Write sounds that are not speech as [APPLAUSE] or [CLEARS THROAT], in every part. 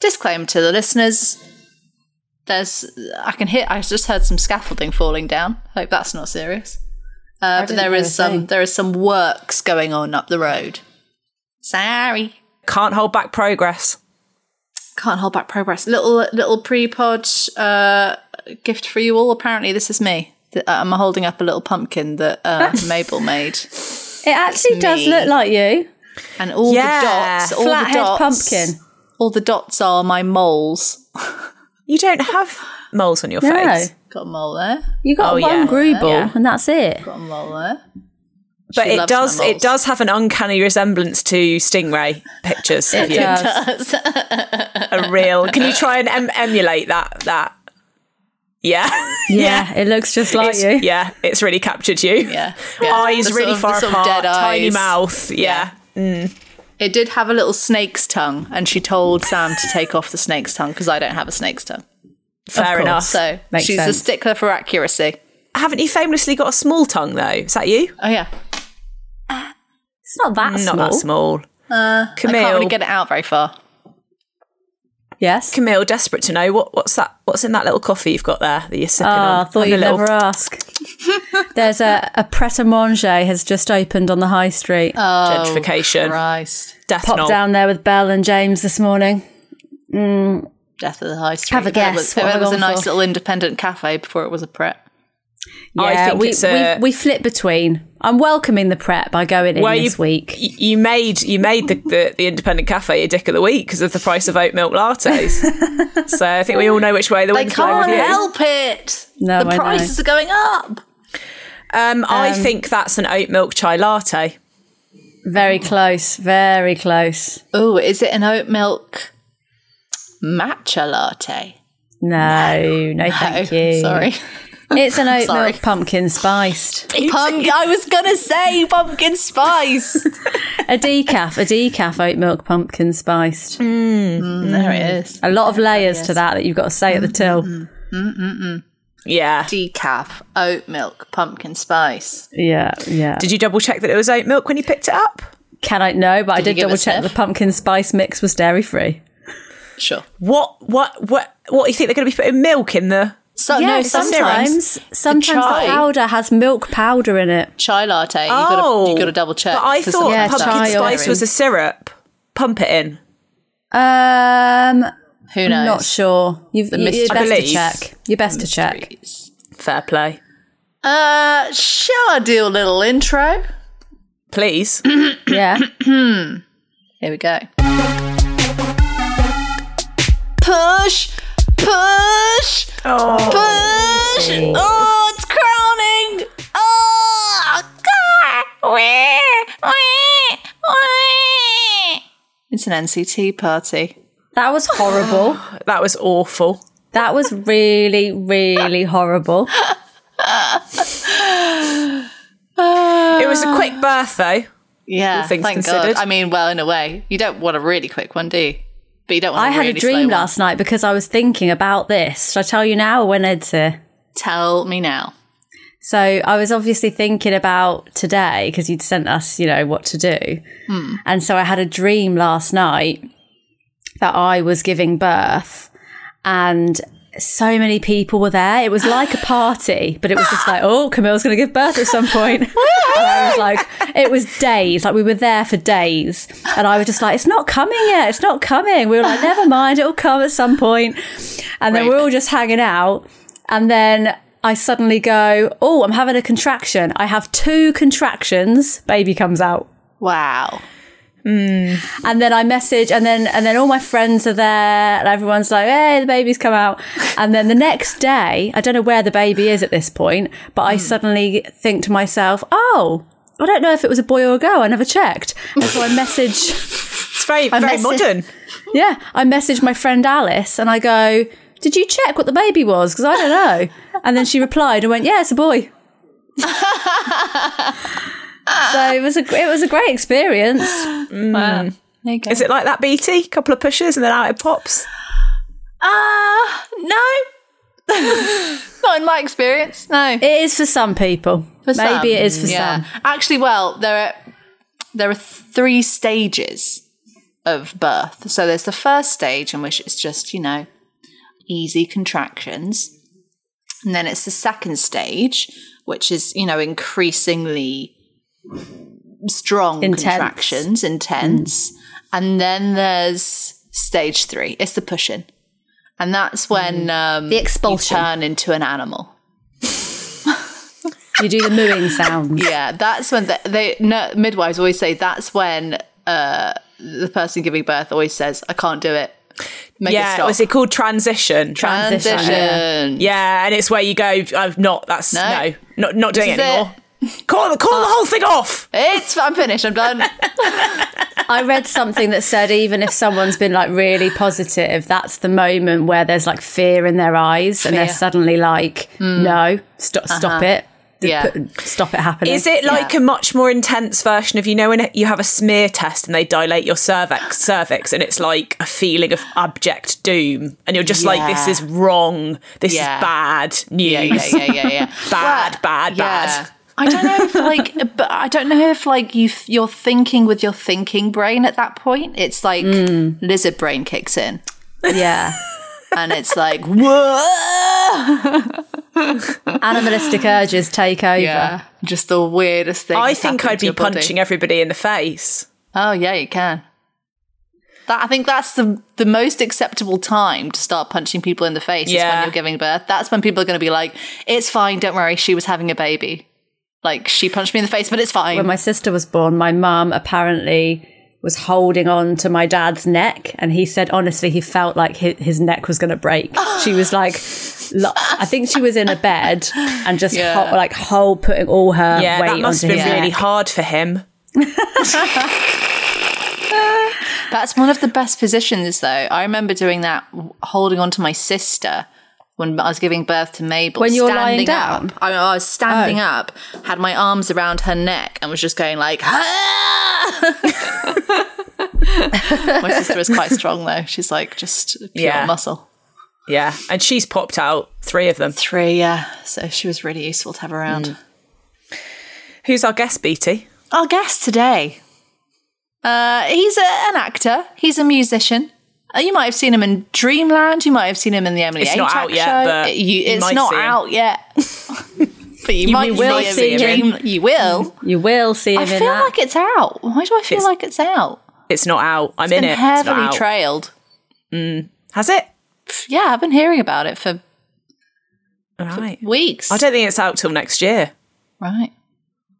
disclaim to the listeners. There's, I can hear. I just heard some scaffolding falling down. Hope that's not serious. Uh, but didn't there hear is a some, thing. there is some works going on up the road. Sorry, Can't hold back progress. can't hold back progress. Little little pre-pod uh, gift for you all. Apparently, this is me. Th- I'm holding up a little pumpkin that [LAUGHS] uh, Mabel made, It actually does me. look like you. and all Yeah. the dots, all the Flathead dots, pumpkin. All the dots are my moles. You don't have moles on your No. face, Got a mole there. You got Oh, one yeah. grew ball Yeah. and that's it. Got a mole there. but She it loves does. my It moles. does have an uncanny resemblance to stingray pictures of you. [LAUGHS] does. A real. Can you try and em- emulate that? That. Yeah. Yeah, it looks just like [LAUGHS] It's- you. Yeah, it's really captured [LAUGHS] you. [LAUGHS] Yeah. Yeah. Eyes The sort really of- the far sort of apart, dead tiny eyes. mouth. Yeah. It did have a little snake's tongue, and she told Sam to take off the snake's tongue because I don't have a snake's tongue. Fair course. enough. So Makes she's a sense. stickler for accuracy. Haven't you famously got a small tongue though? Is that you? Oh yeah, It's not that small. Not that small. Camille, Uh, can't really get it out very far. Yes. Camille, desperate to know what what's that? What's in that little coffee you've got there that you're sipping Ah, on? I thought Have a you'd little- never ask. [LAUGHS] There's a, a Pret a Manger has just opened on the high street. Oh. gentrification. Oh, Christ, Death Popped knoll. Oh, down there with Belle and James this morning. death of the high street. Have a If that guess was- what if It I'm was a going nice for. little independent cafe before it was a prep. Yeah, I think we, it's a- we we flip between. I'm welcoming the Pret by going in Well, this you- week. y- You made you made the, the, the independent cafe a dick of the week because of the price of oat [LAUGHS] milk lattes. so I think we all know which way the They wind's blowing with can't you. help it. No, the I know. prices are going up. Um, I think that's an oat milk chai latte. Very close, very close. Oh, is it an oat milk matcha latte? No, [LAUGHS] no, thank Oh, you. Sorry. [LAUGHS] It's an oat Sorry. milk pumpkin spiced. Pump- I was gonna say pumpkin spice. A decaf, a decaf oat milk pumpkin spiced. Mm. there it is. A lot of layers to that that you've got to say at the till. Mm-hmm. Yeah. Decaf, oat milk, pumpkin spice. Yeah, yeah. Did you double check that it was oat milk when you picked it up? Can I know? But I you did give double it a check the sniff? pumpkin spice mix was dairy free. Sure. What what what what do you think they're going to be putting milk in the? So Oh, no, yeah, sometimes sometimes sometimes the chai. powder has milk powder in it. chai latte. You oh, gotta, you gotta double check. But I 'cause thought Yeah, sometimes pumpkin chai that's or- spice was a syrup. Pump it in. Um, Who knows? not sure. You've, you, mystery. you're best to Believe. check. You're best to check. Fair play. Uh, shall I do a little intro? [CLEARS THROAT] Please. [LAUGHS] Yeah. Here we go. Push, push, Oh. push. Oh, it's crowning. Oh, God. Wee, wee, wee. It's an NCT party. That was horrible. That was awful. That was really, really horrible. It was a quick birth though. Yeah, All things thank considered. God. I mean, well, in a way, you don't want a really quick one, do you? But you don't want. I had really a slow dream one. last night because I was thinking about this. Should I tell you now or when Ed's here? Tell me now. So I was obviously thinking about today because you'd sent us, you know, what to do. And so I had a dream last night that I was giving birth and so many people were there. It was like a party, but it was just like, oh, Camille's going to give birth at some point. [LAUGHS] and I was like, it was days. Like we were there for days. And I was just like, it's not coming yet. It's not coming. We were like, never mind. It'll come at some point. And then we're all just hanging out. And then I suddenly go, oh, I'm having a contraction. I have two contractions. Baby comes out Wow. and then I message, and then and then all my friends are there, and everyone's like, "Hey, the baby's come out." And then the next day, I don't know where the baby is at this point, but I suddenly think to myself, "Oh, I don't know if it was a boy or a girl. I never checked." And so I message. It's very very miss it. modern. Yeah, I messaged my friend Alice and I go, Did you check what the baby was? Because I don't know. And then she replied and went, Yeah, it's a boy. so it was a it was a great experience. Wow. Hmm. There you go. Is it like that, BT? Couple of pushes and then out it pops. Ah, no. [LAUGHS] Not in my experience, no. It is for some people. Maybe some, it is for some. Actually, well, there are there are three stages of birth. So there's the first stage in which it's just, you know, easy contractions. And then it's the second stage, which is, you know, increasingly strong Intense. Mm. contractions, intense. And then there's stage three, it's the pushing. And that's when um, Mm. The you expulsion. turn into an animal. You do the mooing sounds. Yeah, that's when the, they no, midwives always say that's when uh, the person giving birth always says, "I can't do it." Make it yeah, stop. was it called transition? Transition. Transition. yeah, and it's where you go. I'm not. That's no, No. not not doing it This is Ah. anymore. Call call the whole thing off. It's I'm finished. I'm [LAUGHS] done. I read something that said even if someone's been like really positive, that's the moment where there's like fear in their eyes and they're Fear. suddenly like, no, stop, stop it. Yeah. Put- stop Uh-huh. it happening. Is it like Yeah. a much more intense version of you know when you have a smear test and they dilate your cervix [GASPS] cervix and it's like a feeling of abject doom and you're just like this Yeah. is wrong this Yeah. is bad news yeah, yeah, [LAUGHS] yeah, yeah, yeah. Bad, bad, bad. I don't know if like, [LAUGHS] but I don't know if like you f- you're thinking with your thinking brain at that point. It's like Hmm. lizard brain kicks in, [LAUGHS] yeah. and it's like, [LAUGHS] whoa, Animalistic urges take over. yeah, just the weirdest thing. I that's think happened I'd to be your body. punching everybody in the face Oh yeah, you can. That I think that's the the most acceptable time to start punching people in the face is Yeah. when you're giving birth. That's when people are going to be like, "It's fine, don't worry, she was having a baby." Like she punched me in the face, but it's fine. When my sister was born, my mum apparently was holding on to my dad's neck and he said honestly he felt like his, his neck was going to break she was like lo- i think she was in a bed and just Yeah. ho- like whole putting all her yeah weight that must have onto been his really neck. hard for him That's one of the best positions, though. I remember doing that, w- holding on to my sister when I was giving birth to Mabel. When you were lying standing up. down? Oh. I, I was standing up, had my arms around her neck, and was just going like. "Ah!" [LAUGHS] my sister was quite strong, though. She's like just pure Yeah. muscle. yeah and she's popped out three of them Three, yeah. So she was really useful to have around. who's our guest BT Our guest today, uh, he's a, an actor. He's a musician. Uh, You might have seen him in Dreamland. You might have seen him in the Emily It's Atack not out yet, show. but It- you, you it's might not see him. out yet, [LAUGHS] but you, might will see in him. Dream- You will. you will see him I in feel that like it's out. Why do I feel like it's out? it's not out I'm in Been it it's not heavily out. trailed. has it Yeah, I've been hearing about it for all right weeks. I don't think it's out till next year right.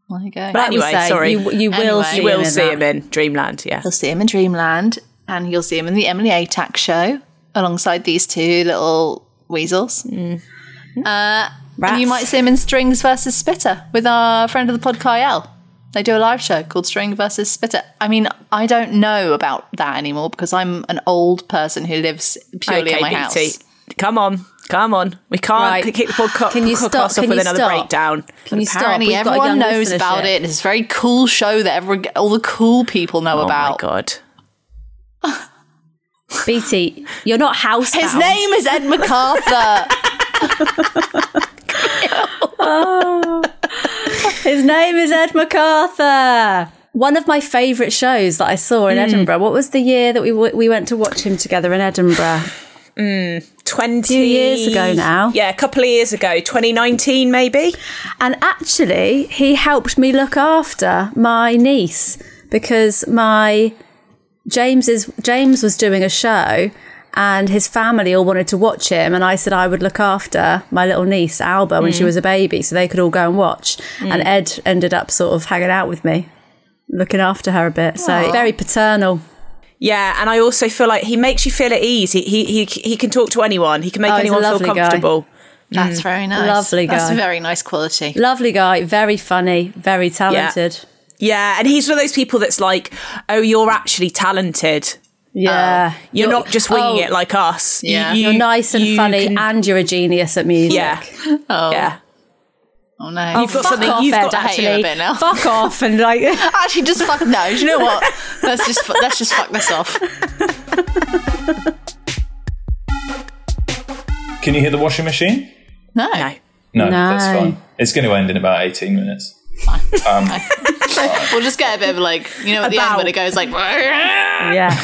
Well, there you go. but Like we anyway say, sorry you, you will Anyway. see you him will in see that. him in Dreamland yeah You'll see him in Dreamland, and you'll see him in the Emily Atack show alongside these two little weasels. Rats. And you might see him in Strings versus Spitter with our friend of the pod, Kyle. They do a live show called String versus Spitter. I mean, I don't know about that anymore because I'm an old person who lives purely in my house. Come on, come on. We Right. can't kick the podcast Can you cook stop? us off Can with you another stop? breakdown. Can you stop? Apparently, We've got a everyone young knows about listenership. it. It's a very cool show that everyone, all the cool people know Oh my about. god. BT, you're not housebound. His name is Ed MacArthur. [LAUGHS] His name is Ed MacArthur. Hmm. One of my favourite shows that I saw in Edinburgh. What was the year that we w- we went to watch him together in Edinburgh? Twenty years ago now. Yeah, a couple of years ago. Twenty nineteen maybe. And actually, he helped me look after my niece because my James is James was doing a show and his family all wanted to watch him and I said I would look after my little niece Alba when she was a baby so they could all go and watch and Ed ended up sort of hanging out with me looking after her a bit so very paternal Yeah, and I also feel like he makes you feel at ease. He he he, he can talk to anyone. He can make Oh, he's a anyone feel lovely guy. comfortable. That's very nice. Lovely That's guy. a very nice quality. lovely guy very funny very talented Yeah, and he's one of those people that's like, "Oh, you're actually talented. yeah, You're, not just winging oh, it like us. You- Yeah. Um, you, you're nice and you funny can- and you're a genius at music yeah, yeah. Oh no. You've fuck got something. off, You've Ed, got. I hate you actually. a bit now. [LAUGHS] Fuck off and [LAUGHS] like [LAUGHS] Actually, just fuck no. Do you know what? Let's just fu- let's just fuck this off. Can you hear the washing machine? No. No. No, No. that's fine. It's going to end in about 18 minutes. Um, we'll just get a bit of like, you know, at the end when it goes like, Yeah. [LAUGHS]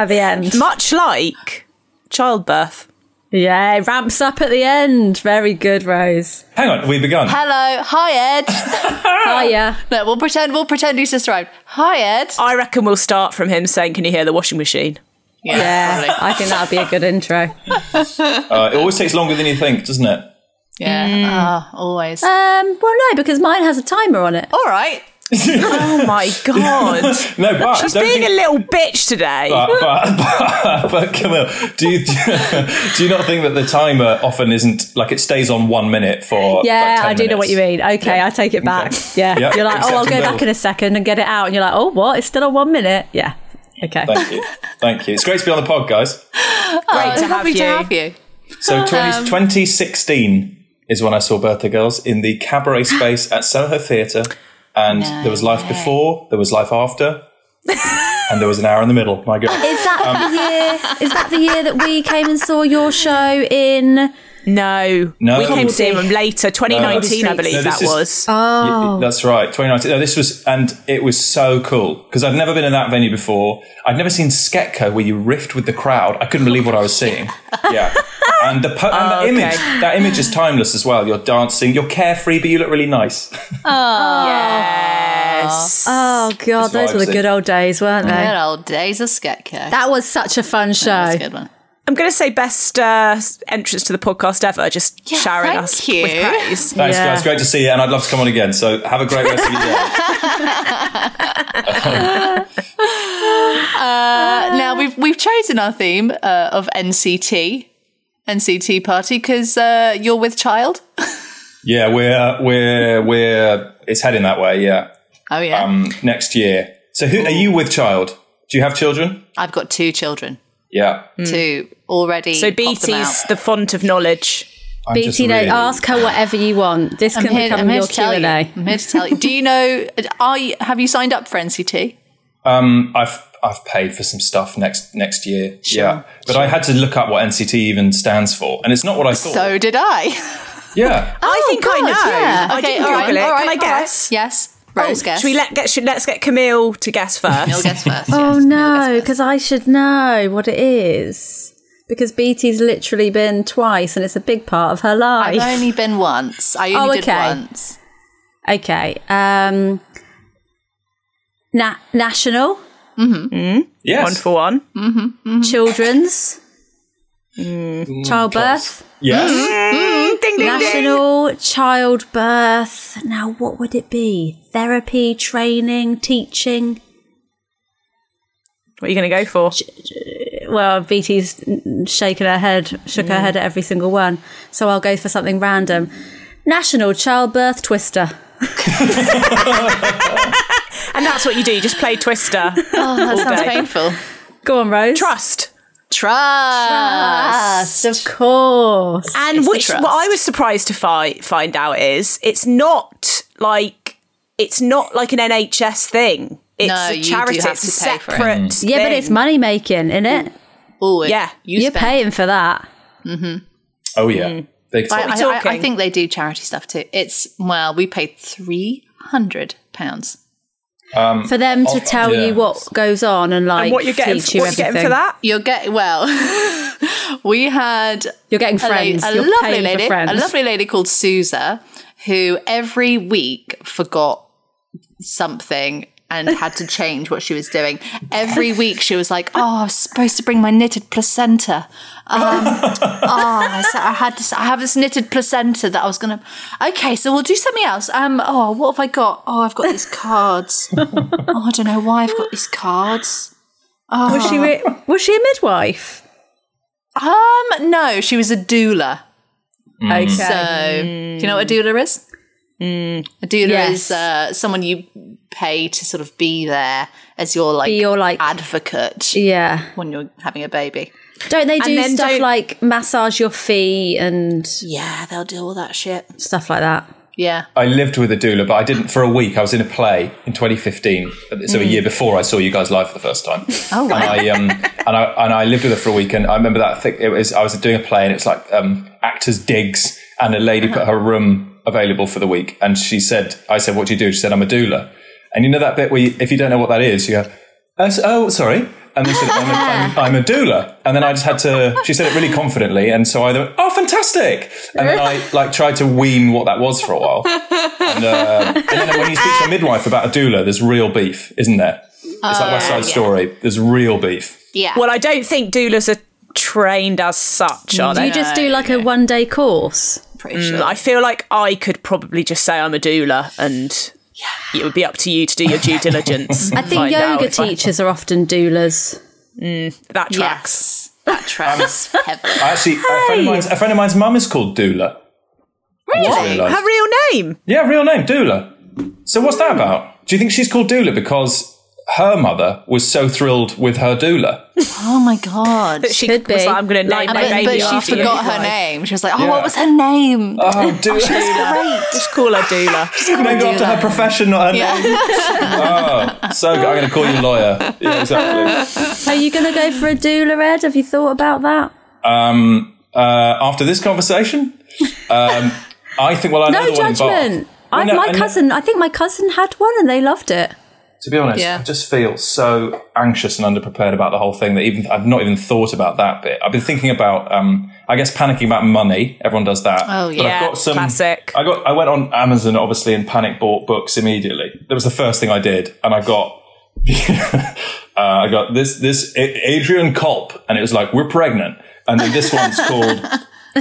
at the end. Much like childbirth. Yeah, it ramps up at the end. Very good, Rose. Hang on, we begun. "Hello, hi Ed." Hiya. No, we'll pretend we'll pretend he's just arrived. Hi Ed. I reckon we'll start from him saying, Can you hear the washing machine? Yeah, Yeah, probably. I think that'd be a good intro. Uh, it always takes longer than you think, doesn't it? yeah, Ah, always. Um, well, no, because mine has a timer on it. All right. Oh [LAUGHS] my God. [LAUGHS] No, but She's don't being think- a little bitch today. but, but, [LAUGHS] but, but Camille, do you [LAUGHS] do you not think that the timer often isn't like it stays on one minute for? like, Yeah, 10 I do know what minutes? you mean. Okay, I take it back. Okay. Yeah. Yep. You're like, oh, I'll go Acceptable. back in a second and get it out. And you're like, oh, what? It's still on one minute. Yeah. Okay. Thank you, thank you. It's great to be on the pod, guys. Great to I'm have happy Oh, to you. have you. So 20, 2016 is when I saw Bertha Girls in the cabaret space at Soho Theatre, and there was life before, there was life after, and there was an hour in the middle. My God. Is that Um, the year? Is that the year that we came and saw your show in? No. No. We came to see him later, 2019, I No, believe this that is- was. Y- That's right, 2019. No, this was, and it was so cool because I'd never been in that venue before. I'd never seen Sketco where you riffed with the crowd. I couldn't believe what I was seeing. Yeah, and the po- and that okay. image, that image is timeless as well. You're dancing, you're carefree, but you look really nice. [LAUGHS] Oh, yes. uh, Oh God, It's those were the vibesy. good old days, weren't they? Oh, Good old days of Sketco. That was such a fun That's show. a good one. I'm going to say best uh, entrance to the podcast ever, just showering thank us you. with [LAUGHS] praise. Thanks, Yeah. guys. Great to see you, and I'd love to come on again. So have a great rest of your day. Uh, now we've we've chosen our theme uh, of NCT, NCT party because uh, you're with child. Yeah, we're we're we're it's heading that way. Yeah, Oh yeah, um, next year. So who are you with, child? Do you have children? I've got two children. Yeah. Two already. So popped them out. BT's the font of knowledge. I'm just BT, no, really- ask her whatever you want. This I'm can here, become I'm here your to tell Q&A. you. I'm here to tell [LAUGHS] you. Do you know? Are you, have you signed up for NCT? Um, I've I've paid for some stuff next next year. yeah, but I had to look up what NCT even stands for, and it's not what I thought. So did I. yeah, [LAUGHS] I think I Oh, God, know. yeah. I Okay, didn't all right, Google it. all right, Can I all guess? Oh, yes. Rose guess. Should we let, get, should, let's get Camille to guess You'll first. [LAUGHS] guess first. Oh yes. no, because I should know what it is. Because BT's literally been twice and it's a big part of her life. I've only been once. I Oh, only okay. did once. Okay. Um na- national Mm-hmm. [LAUGHS] yes, one for one. Mm. children's Mm, childbirth. Mm-hmm. yes. Ding, ding, ding. National childbirth. Now what would it be? Therapy, training, teaching. What are you going to go for? Well, BT's shaking her head, shook her head at every single one. So I'll go for something random. National childbirth twister. And that's what you do. You just [LAUGHS] play Twister. That Oh, sounds sounds day. painful. Go on, Rose. Trust. Trust. Trust, of course. And the which trust. what I was surprised to fi- find out is it's not like it's not like an NHS thing. It's No, a you do charity. have it's a to pay for it. Mm. separate. Yeah, but it's thing. money making, isn't it? Oh, Yeah. You You're spend- paying for that. Oh yeah, Mm. big I, time. I- I- I talking? think they do charity stuff too. It's well, we paid three hundred pounds. For them to often, tell yeah. you what goes on and like And what you're getting, teach you what you're everything. getting for that? You're getting well. [LAUGHS] we had You're getting a, la- friends. a you're lovely paying lady, for friends. a lovely lady called Sousa, who every week forgot something and had to change what she was doing. Every week she was like, "Oh, I was supposed to bring my knitted placenta. [LAUGHS] Um, oh, I, s- I had this. I have this knitted placenta that I was gonna. Okay, so we'll do something else. Um, oh, what have I got? Oh, I've got these cards. [LAUGHS] oh, I don't know why I've got these cards." was she re- was she a midwife? Um, no, she was a doula. Okay. So, do you know what a doula is? A doula Yes. is uh, someone you pay to sort of be there as your like, Be your, like- advocate yeah. when you're having a baby. Don't they do then stuff don't- like massage your feet and Yeah, they'll do all that shit. stuff like that? Yeah. I lived with a doula, but I didn't for a week. I was in a play in 2015, so a year before I saw you guys live for the first time. Mm. Oh, wow. And I, um, and I, and I lived with her for a week, and I remember that thing. It was I was doing a play, and it's like um, actors' digs, and a lady put her room available for the week. And she said, I said, what do you do? She said, I'm a doula. And you know that bit where you, if you don't know what that is, you go, oh, s- oh sorry. And they said, I'm a, [LAUGHS] I'm- I'm a doula. And then I just had to, she said it really confidently. And so I went, oh, fantastic. And then I like tried to wean what that was for a while. And, uh, and then when you speak to a midwife about a doula, there's real beef, isn't there? It's like West Side Story. There's real beef. Yeah. Well, I don't think doulas are trained as such, are Do they? you just do like a one day course? pretty sure. I feel like I could probably just say I'm a doula and it would be up to you to do your due [LAUGHS] diligence. I think yoga teachers are often doulas. that tracks. yes. That [LAUGHS] tracks heavily. I Actually, a friend of mine's, a friend of mine's mum is called Doula. I just realised. Her real name. Yeah, real name, Doula. So what's that about? Do you think she's called Doula because her mother was so thrilled with her doula? Oh my god. She Could was be. like, I'm going to name And my but, baby but she after you. forgot her Like, name. She was like, "Oh, Yeah. what was her name?" Oh, [LAUGHS] [LAUGHS] Doula. Just call [LAUGHS] her doula. Named after her profession, not her Yeah. name. Oh, so good. I'm going to call you lawyer. Yeah, exactly. Are you going to go for a doula, Ed? Have you thought about that? Um, uh, after this conversation, um, I think, well, I know No the one in Bath. judgment. Well, I, no, my I know- cousin, I think my cousin had one and they loved it. To be honest, Yeah. I just feel so anxious and underprepared about the whole thing that even I've not even thought about that bit. I've been thinking about, um, I guess, panicking about money. Everyone does that. Oh, But yeah. I've got some, Classic. I got. I went on Amazon, obviously, and panic bought books immediately. That was the first thing I did, and I got. [LAUGHS] uh, I got this this A- Adrian Culp, and it was like we're pregnant, and then [LAUGHS] this one's called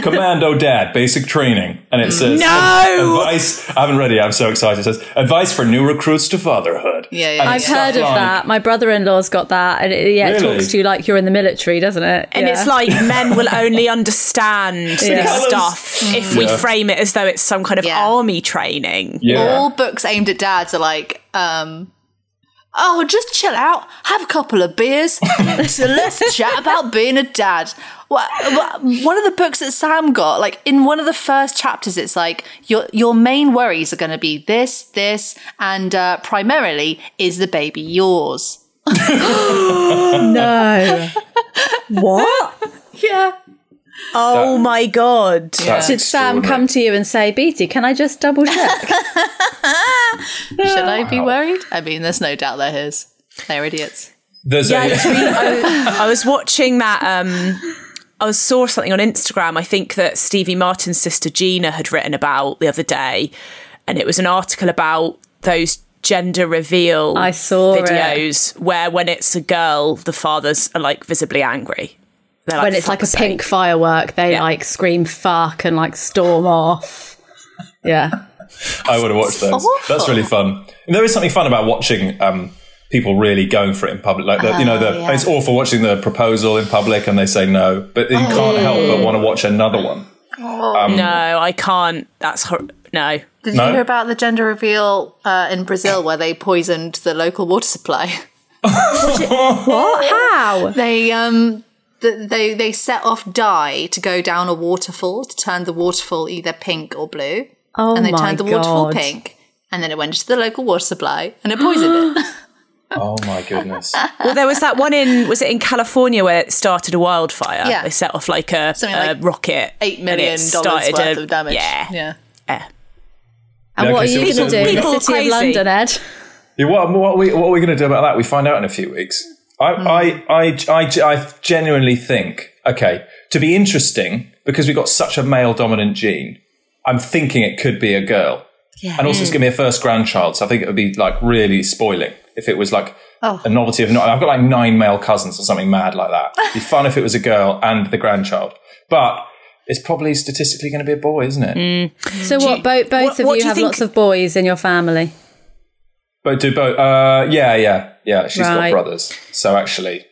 Commando Dad Basic Training, and it says No! advice. I haven't read it. yet, I'm so excited. It says advice for new recruits to fatherhood. Yeah, yeah, And yeah. I've it's stuff heard of like- that. My brother in law's got that. And it, yeah, it Really? talks to you like you're in the military, doesn't it? And it's like men will [LAUGHS] only understand this Colours. stuff if we Yeah. frame it as though it's some kind of Mm. Yeah. army training. Yeah. All books aimed at dads are like, um, "Oh, just chill out, have a couple of [LAUGHS] beers, [LAUGHS] so let's chat about being a dad." Wha- wha- One of the books that Sam got, like in one of the first chapters, it's like your your main worries are going to be this, this, and uh, primarily is the baby yours. no. what? [LAUGHS] Yeah, Oh my god. [LAUGHS] That's Did Sam extraordinary. come to you and say, Beatty, can I just double check? should I be Wow. worried? I mean, there's no doubt they're his. They're idiots. There's Yeah, it's [LAUGHS] a really- I, I was watching that. Um, I was- saw something on Instagram. I think that Stevie Martin's sister Gina had written about the other day, and it was an article about those gender reveal I saw it. videos where when it's a girl, the fathers are like visibly angry. They're when it's like a "Fuck's pink sake." firework, they Yeah. like scream fuck and like storm off. Yeah. I would have watched those. awful. That's really fun. And there is something fun about watching um, people really going for it in public. Like the, you know, the, Oh, yeah. it's awful watching the proposal in public and they say no, but you can't help Oh. but want to watch another one. No, I can't. That's hor- no. Did No? you hear about the gender reveal uh, in Brazil where they poisoned the local water supply? [LAUGHS] [LAUGHS] What? How? They um th- they they set off dye to go down a waterfall to turn the waterfall either pink or blue. Oh and they my turned the God. waterfall pink and then it went to the local water supply and it poisoned [GASPS] it. [LAUGHS] Oh my [LAUGHS] goodness! Well, there was that one in was it in California where it started a wildfire. Yeah. they set off like a, Something a like rocket. Eight and million it dollars started worth a- of damage. Yeah, Yeah. yeah. And Yeah, what are okay, you so- going to do so in people the city crazy. of London, Ed? Yeah, what, what, are we, what are we going to do about that? We find out in a few weeks. I, I, I, I, I genuinely think, okay, to be interesting, because we've got such a male dominant gene, I'm thinking it could be a girl. And also, it's going to be a first grandchild, so I think it would be like really spoiling if it was like a novelty of. Not, I've got like nine male cousins or something mad like that. It'd be fun if it was a girl and the grandchild, but it's probably statistically going to be a boy, isn't it? So what? Both both what- of what you, do you have think- lots of boys in your family. But do both? Uh, yeah, yeah, yeah. She's Right. got brothers, so actually,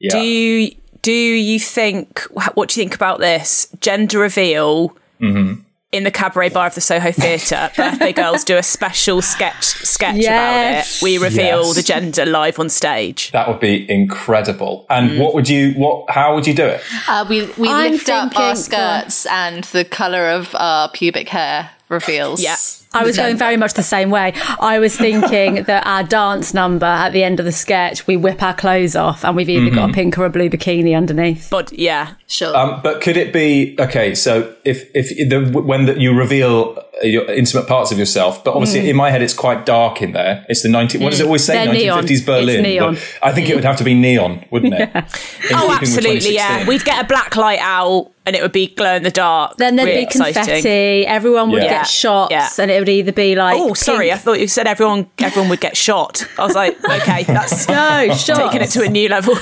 yeah. Do you, do you think wh- what do you think about this gender reveal Mm-hmm. in the cabaret bar of the Soho [LAUGHS] Theatre? birthday girls do a special sketch sketch Yes. about it. We reveal Yes. the gender live on stage. That would be incredible. And Mm. what would you? What? How would you do it? Uh, we we I'm lift up our thinking- go on. skirts and the colour of our pubic hair reveals. Yeah. I was going very much the same way. I was [LAUGHS] thinking that our dance number at the end of the sketch, we whip our clothes off and we've either Mm-hmm. got a pink or a blue bikini underneath. But yeah, Sure. Um, but could it be okay? So if if the, when the, you reveal your intimate parts of yourself. But obviously, Mm. in my head, it's quite dark in there. It's the 19. What does it always say? They're neon. 1950s Berlin. It's neon. But I think it would have to be neon, [LAUGHS] wouldn't it? In keeping Oh, with absolutely, yeah. 2016. We'd get a black light out and it would be glow in the dark. Then there'd Really be confetti. exciting. Everyone would Yeah. Yeah. get shots, Yeah. and it would either be like, Oh, sorry, I pink- thought you said everyone everyone would get shot. I was like, okay, [LAUGHS] that's no shots. taking it to a new level.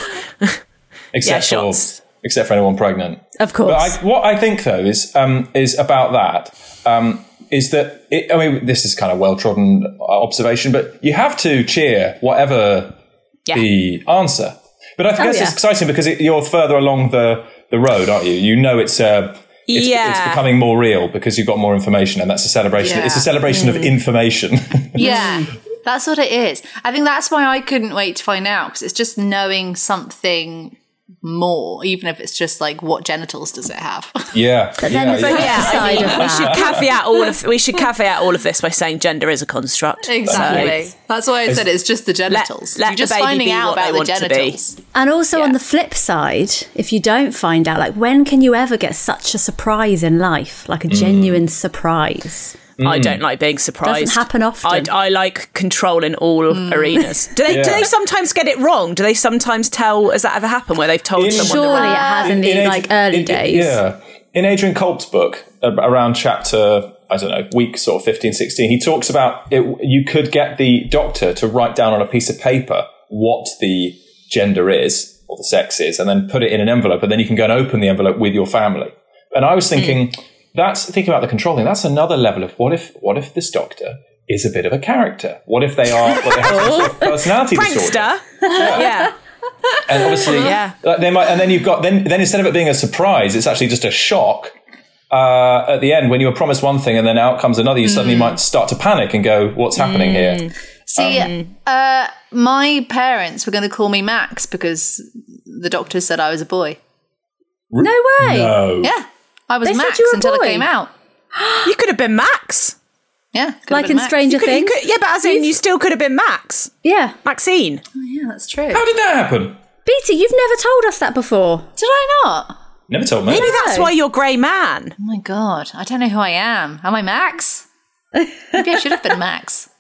except Yeah, for shots. except for anyone pregnant. Of course. But I, what I think though is um, is about that um, is that it, I mean this is kind of well trodden observation, but you have to cheer whatever Yeah. the answer. But I guess yeah. it's exciting because it, you're further along the the road, aren't you? You know it's uh, it's, it's Yeah. becoming more real because you've got more information, and that's a celebration. Yeah. It's a celebration of information. [LAUGHS] Yeah, that's what it is. I think that's why I couldn't wait to find out because it's just knowing something more, even if it's just like what genitals does it have. [LAUGHS] yeah, yeah, there's yeah. like- yeah, I Side mean, of we that. should caveat all of we should caveat all of this by saying gender is a construct. exactly. That's why I said it's just the genitals. let You're just the baby finding be out what they about the want to be. genitals. And also on the flip side, if you don't find out, like when can you ever get such a surprise in life, like a genuine surprise? I Mm. don't like being surprised. Doesn't happen often. Mm. I, I like control in all arenas. Do they do Yeah. they sometimes get it wrong? Do they sometimes tell? Has that ever happened where they've told In- someone? the Surely wrong- it has in, the Adri- like early in- days. Yeah. In Adrian Culp's book, a- around chapter, I don't know, week sort of 15, 16, he talks about it, you could get the doctor to write down on a piece of paper what the gender is or the sex is and then put it in an envelope and then you can go and open the envelope with your family. And I was Hmm. thinking, that's thinking about the controlling, that's another level of what if, what if this doctor is a bit of a character? What if they are, what if they have some [LAUGHS] sort of personality disorder? Prankster. yeah. and obviously, Yeah. like, they might, and then you've got then then instead of it being a surprise, it's actually just a shock uh, at the end when you were promised one thing and then out comes another. You Mm. suddenly might start to panic and go, "What's happening here?" See, uh, my parents were going to call me Max because the doctor said I was a boy. No way. No, Yeah, I was They said Max you were a until boy. I came out. You could have been Max. Yeah, could've Like been in Max. Stranger Could- you Things. could- yeah, but as in, you still could have been Max. yeah. Maxine. Yeah, that's true. How did that happen? Beatty, you've never told us that before. Did I not? Oh Never told me. Maybe that's why you're Grey Man. my god, I don't know who I am. Am I Max? Maybe I should have been Max.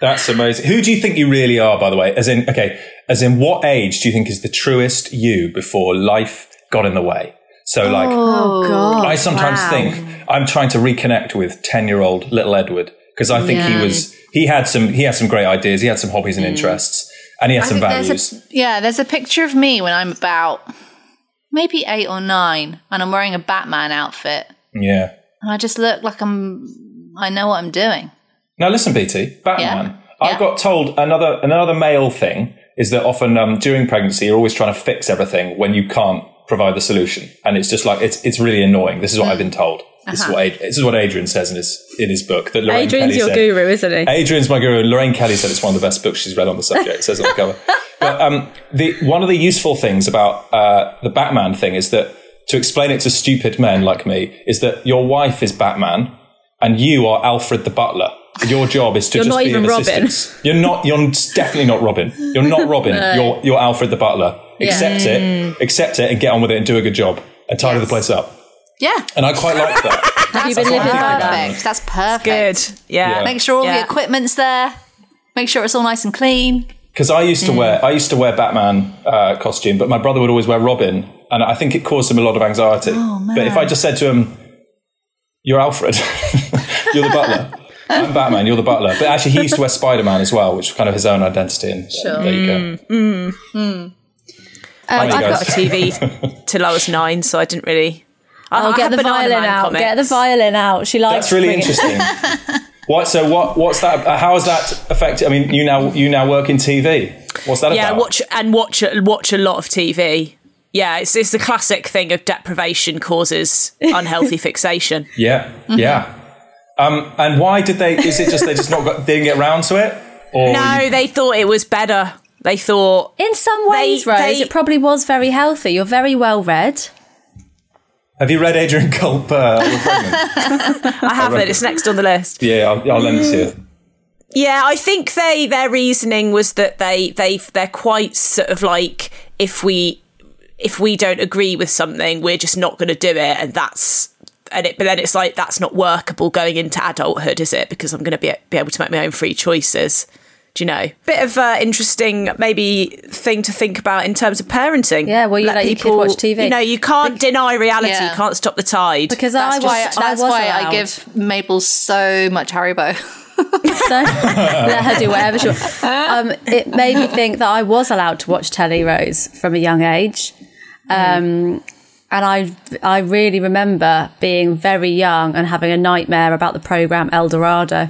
That's amazing. Who do you think you really are, by the way? As in, okay, as in, what age do you think is the truest you before life got in the way? So, like, Oh, God. I sometimes wow. think I'm trying to reconnect with ten-year-old little Edward because I think Yeah. Mm. he was he had some he had some great ideas, he had some hobbies and interests, and he had some think there's a- values. yeah, there's a picture of me when I'm about maybe eight or nine, and I'm wearing a Batman outfit, yeah. and I just look like I'm. I know what I'm doing. Now listen, BT, Batman. Yeah. I got told another another male thing is that often um, during pregnancy you're always trying to fix everything when you can't provide the solution, and it's just like it's it's really annoying. This is what I've Mm. been told. This is what Uh-huh. Ad- this is what Adrian says in his in his book that Lorraine Adrian's Kelly your said. guru, isn't he? Adrian's my guru. and Lorraine Kelly said it's one of the best books she's read on the subject. It says on [LAUGHS] the cover. But um, the one of the useful things about uh, the Batman thing is that to explain it to stupid men like me is that your wife is Batman and you are Alfred the Butler. Your job is to just not be even an Robin. assistant. You're not. You're definitely not Robin. [LAUGHS] You're not Robin. You're you're Alfred the Butler. Accept it. Accept it and get on with it and do a good job and tidy the place up. Yeah, And I quite [LAUGHS] like that. Have you been that's living by that? perfect. That's perfect. Good. Yeah. Yeah. Make sure all Yeah. the equipment's there. Make sure it's all nice and clean. because I used to Hmm. wear I used to wear Batman uh, costume, but my brother would always wear Robin, and I think it caused him a lot of anxiety. Oh, But if I just said to him, "You're Alfred, [LAUGHS] you're the butler." I'm Batman, you're the butler. But actually, he used to wear Spider Man as well, which was kind of his own identity. And sure. there you go. Um, There you I've go. got to TV till I was nine, so I didn't really. I, Oh, I get had the Banana violin Man out. comics. Get the violin out. She likes That's really bringing- [LAUGHS] interesting. what? So what? What's that? uh, How has that affected? I mean, you now you now work in TV. What's that Yeah, about? watch and watch watch a lot of TV. Yeah, it's it's the classic thing of deprivation causes [LAUGHS] unhealthy fixation. Yeah, yeah. Um, and why did they? Is it just they just not got, they didn't get round to it? Or No, they thought it was better. They thought In some ways, They- Rose, they- it probably was very healthy. You're very well read. Have you read Adrian Culp? Uh, All the Pregnant? I have it. It's next on the list. yeah, I'll, I'll lend it to you. Yeah, I think they their reasoning was that they they they're quite sort of like if we if we don't agree with something, we're just not going to do it, and that's and it, but then it's like that's not workable going into adulthood, is it? Because I'm going to be be able to make my own free choices. Do you know? Bit of uh, interesting, maybe thing to think about in terms of parenting. Yeah, well, you let your kid watch TV. You know, you can't deny reality. Yeah. You can't stop the tide. because That's, I, why, just, I that's was why I allowed. give Mabel so much Haribo. [LAUGHS] so [LAUGHS] let her do whatever she wants. [LAUGHS] Um, it made me think that I was allowed to watch telly Rose from a young age, um, and I I really remember being very young and having a nightmare about the program El Dorado.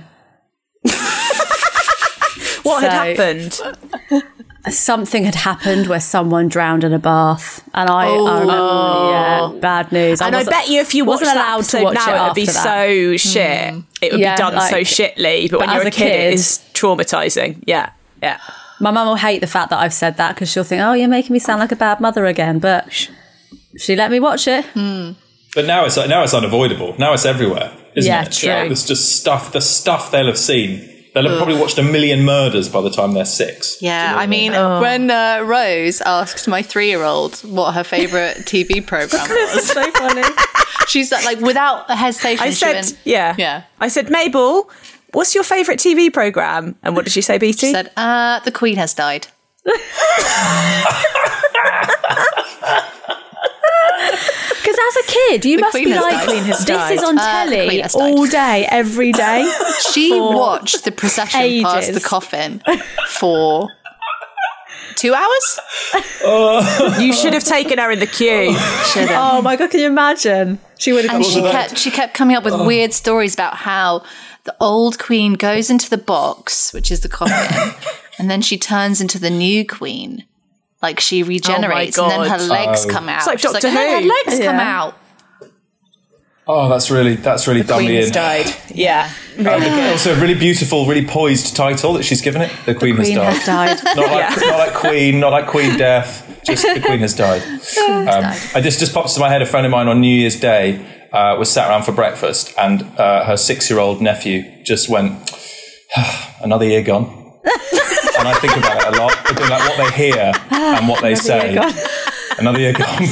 what had so- happened? Something had happened where someone drowned in a bath, and I, I remember, yeah, bad news. Oh. And I, wasn't- bet you if you watched wasn't that allowed episode to watch now, it, it, would be after that. so shit. It would Yeah, be done so like- shitly. But, when but you're as a a kid, it kid- is traumatizing. Yeah, yeah. My mum will hate the fact that I've said that because she'll think, "Oh, you're making me sound like a bad mother again." But she let me watch it. But now it's now it's unavoidable. Now it's everywhere, isn't Yeah, it? true. There's just stuff. The stuff they'll have seen. They'll have probably watched a million murders by the time they're six. Yeah, I mean, oh. when uh, Rose asked my three-year-old what her favorite [LAUGHS] TV program was, It's so funny. she's like, like, without hesitation, I she said, went, yeah, yeah. I said, Mabel, what's your favourite TV programme? And what did she say, BT? She said, uh, "The Queen has died." Because as a kid, you must Queen be has like, died. Queen has this died. is on Uh, the Queen telly has died. all day, every day. [LAUGHS] She watched the procession past ages. the coffin for two hours. you should have taken her in the queue. Should have. oh my god, can you imagine? She would have And gone. she All right. kept she kept coming up with Oh. weird stories about how the old queen goes into the box, which is the [LAUGHS] coffin, and then she turns into the new queen. Like she regenerates and then her Oh God. Oh. legs come out. like She's Doctor and then Who. her legs come Yeah. out. Oh, that's really that's really dumbly in. died. Yeah. Um, also, a really beautiful, really poised title that she's given it. The Queen, Queen has died. has died. Not like, not like Queen, not like Queen Death. Just the Queen has died. Um, I just just pops to my head. A friend of mine on New Year's Day uh, was sat around for breakfast, and uh, her six-year-old nephew just went, [SIGHS] "Another year gone." and I think about it a lot. Between like what they hear and what they say. year gone. Another year gone.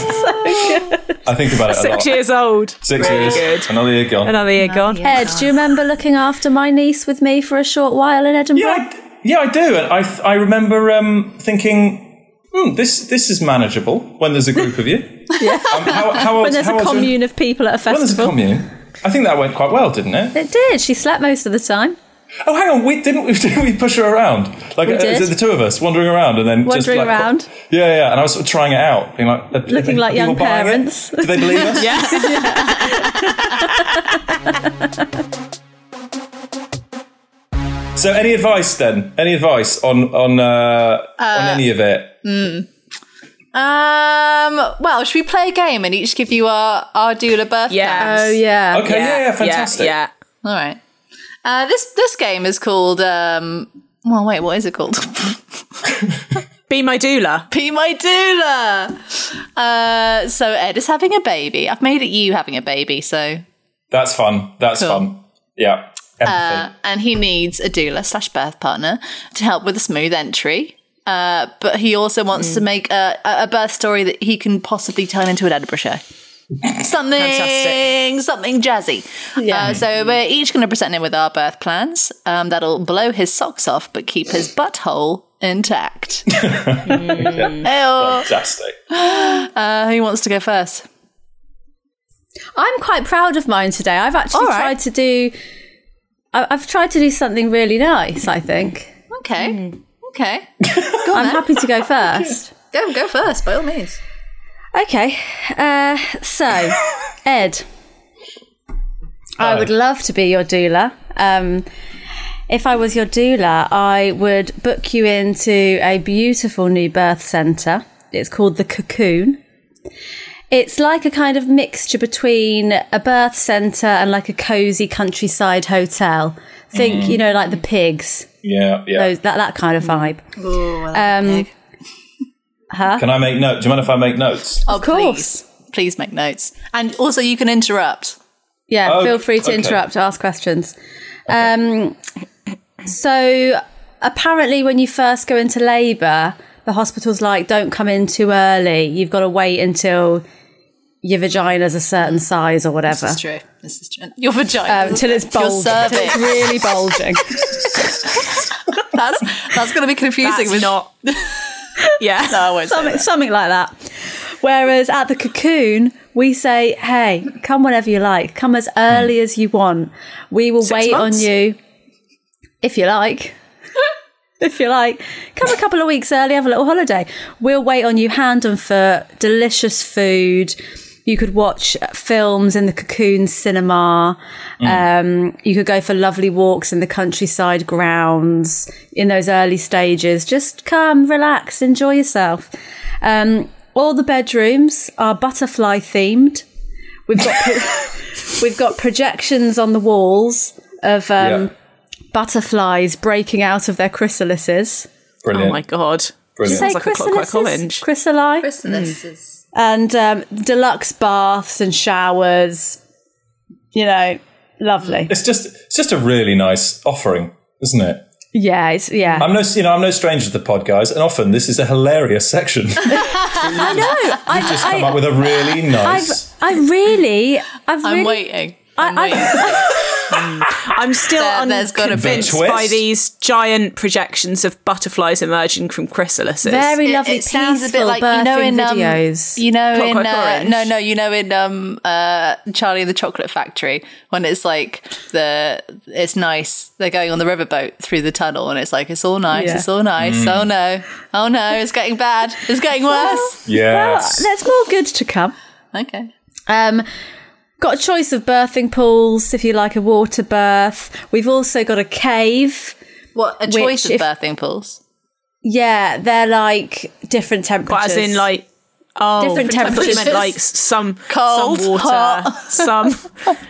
I think about it a lot. Six years old. Six Really years. Good. Another year gone. Another year gone. Ed, [LAUGHS] do you remember looking after my niece with me for a short while in Edinburgh? Yeah, I, yeah, I do. And I, th- I remember um, thinking, hmm, this this is manageable when there's a group of you. Um, how, how old, when there's how a old's your- commune of people at a When there's a festival. commune. I think that went quite well, didn't it? it did. She slept most of the time. Oh, hang on. We didn't we, [LAUGHS] didn't we push her around? Like We uh, did. was it the two of us wandering around and then just Wandering like, around. Yeah, yeah. And I was sort of trying it out, being like, are- are Looking they- like are people young buying it? parents. Do they [LAUGHS] believe us? Yeah. [LAUGHS] So, any advice then? Any advice on on uh, on any of it? Um. Well, should we play a game and each give you our our doula birth? Yeah. plans? Oh yeah. Okay, yeah, yeah, fantastic. Yeah. All right. Uh, this this game is called. Um, well, wait. What is it called? [LAUGHS] Be my doula. Be my doula. Uh, so Ed is having a baby. I've made it you having a baby. So That's fun. That's Cool. fun. Yeah. Empathy. and he needs a doula slash birth partner to help with a smooth entry. Uh, but he also wants to make a, a a birth story that he can possibly turn into an Edinburgh show. Something, Fantastic. something jazzy. Yeah. Uh, so we're each going to present him with our birth plans. Um, that'll blow his socks off, but keep his butthole intact. Ew. Fantastic. Uh, who wants to go first? I'm quite proud of mine today. I've actually All right. tried to do. I- I've tried to do something really nice. I think. Okay. Okay. I'm [LAUGHS] happy to go first. Go go first, by all means. Okay. Uh, so, Ed, I would love to be your doula. Um, if I was your doula, I would book you into a beautiful new birth centre. It's called the Cocoon. It's like a kind of mixture between a birth centre and like a cozy countryside hotel. Think, you know, like the pigs, Yeah, yeah. those, that, that kind of vibe. um, Can I make notes? Do you mind if I make notes? Oh, Of course. Please, please make notes. And also, you can interrupt. Yeah, Oh, feel free to okay. interrupt, ask questions. Um, so apparently, when you first go into labour, the hospital's like, "Don't come in too early. You've got to wait until your vagina's a certain size or whatever. This is true. This is true. Your vagina. Um, till it's Your bulging, till it's cervix. [LAUGHS] really bulging. That's that's going to be confusing That's with not. yeah. No, I won't say something, something like that. Whereas at the cocoon, we say, "Hey, come whenever you like. Come as early as you want. We will wait months? on you if you like." If you like, come a couple of weeks early, have a little holiday. We'll wait on you hand and foot, delicious food. You could watch films in the cocoon cinema. Um, you could go for lovely walks in the countryside grounds in those early stages. Just come, relax, enjoy yourself. Um, all the bedrooms are butterfly themed. We've got pro- [LAUGHS] we've got projections on the walls of um, Yeah. butterflies breaking out of their chrysalises. Brilliant. Oh my god. Brilliant. Say Sounds like a Clockwork Orange. chrysalises? Chrysali? this. This is And um, deluxe baths and showers. You know, [LAUGHS] lovely. It's just it's just a really nice offering, isn't it? Yeah, it's, yeah. I'm no you know I'm no stranger to the pod guys, and often this is a hilarious [LAUGHS] section. I know. I've, just come I, up with a really I've, nice. I really, I've I'm really, waiting. I'm waiting. I'm still There- there's gotta be- unconvinced The by twist? these giant projections of butterflies emerging from [LAUGHS] chrysalises. very It- lovely. It, sounds a bit peaceful like you know birthing in um, videos. you know in Clockwork uh, Orange. no no you know in um uh Charlie and the Chocolate Factory when it's like the it's nice they're going on the riverboat through the tunnel and it's like it's all nice Yeah. it's all nice oh no oh no it's getting bad it's [LAUGHS] getting worse yes. Well, Uh, there's more good to come. okay Um, got a choice of birthing pools if you like a water birth. We've also got a cave. what a choice choice of of birthing pools Yeah, they're like different But temperatures. as in like oh, Different I thought you meant temperatures. like s- some Cold, some water, hot. [LAUGHS] some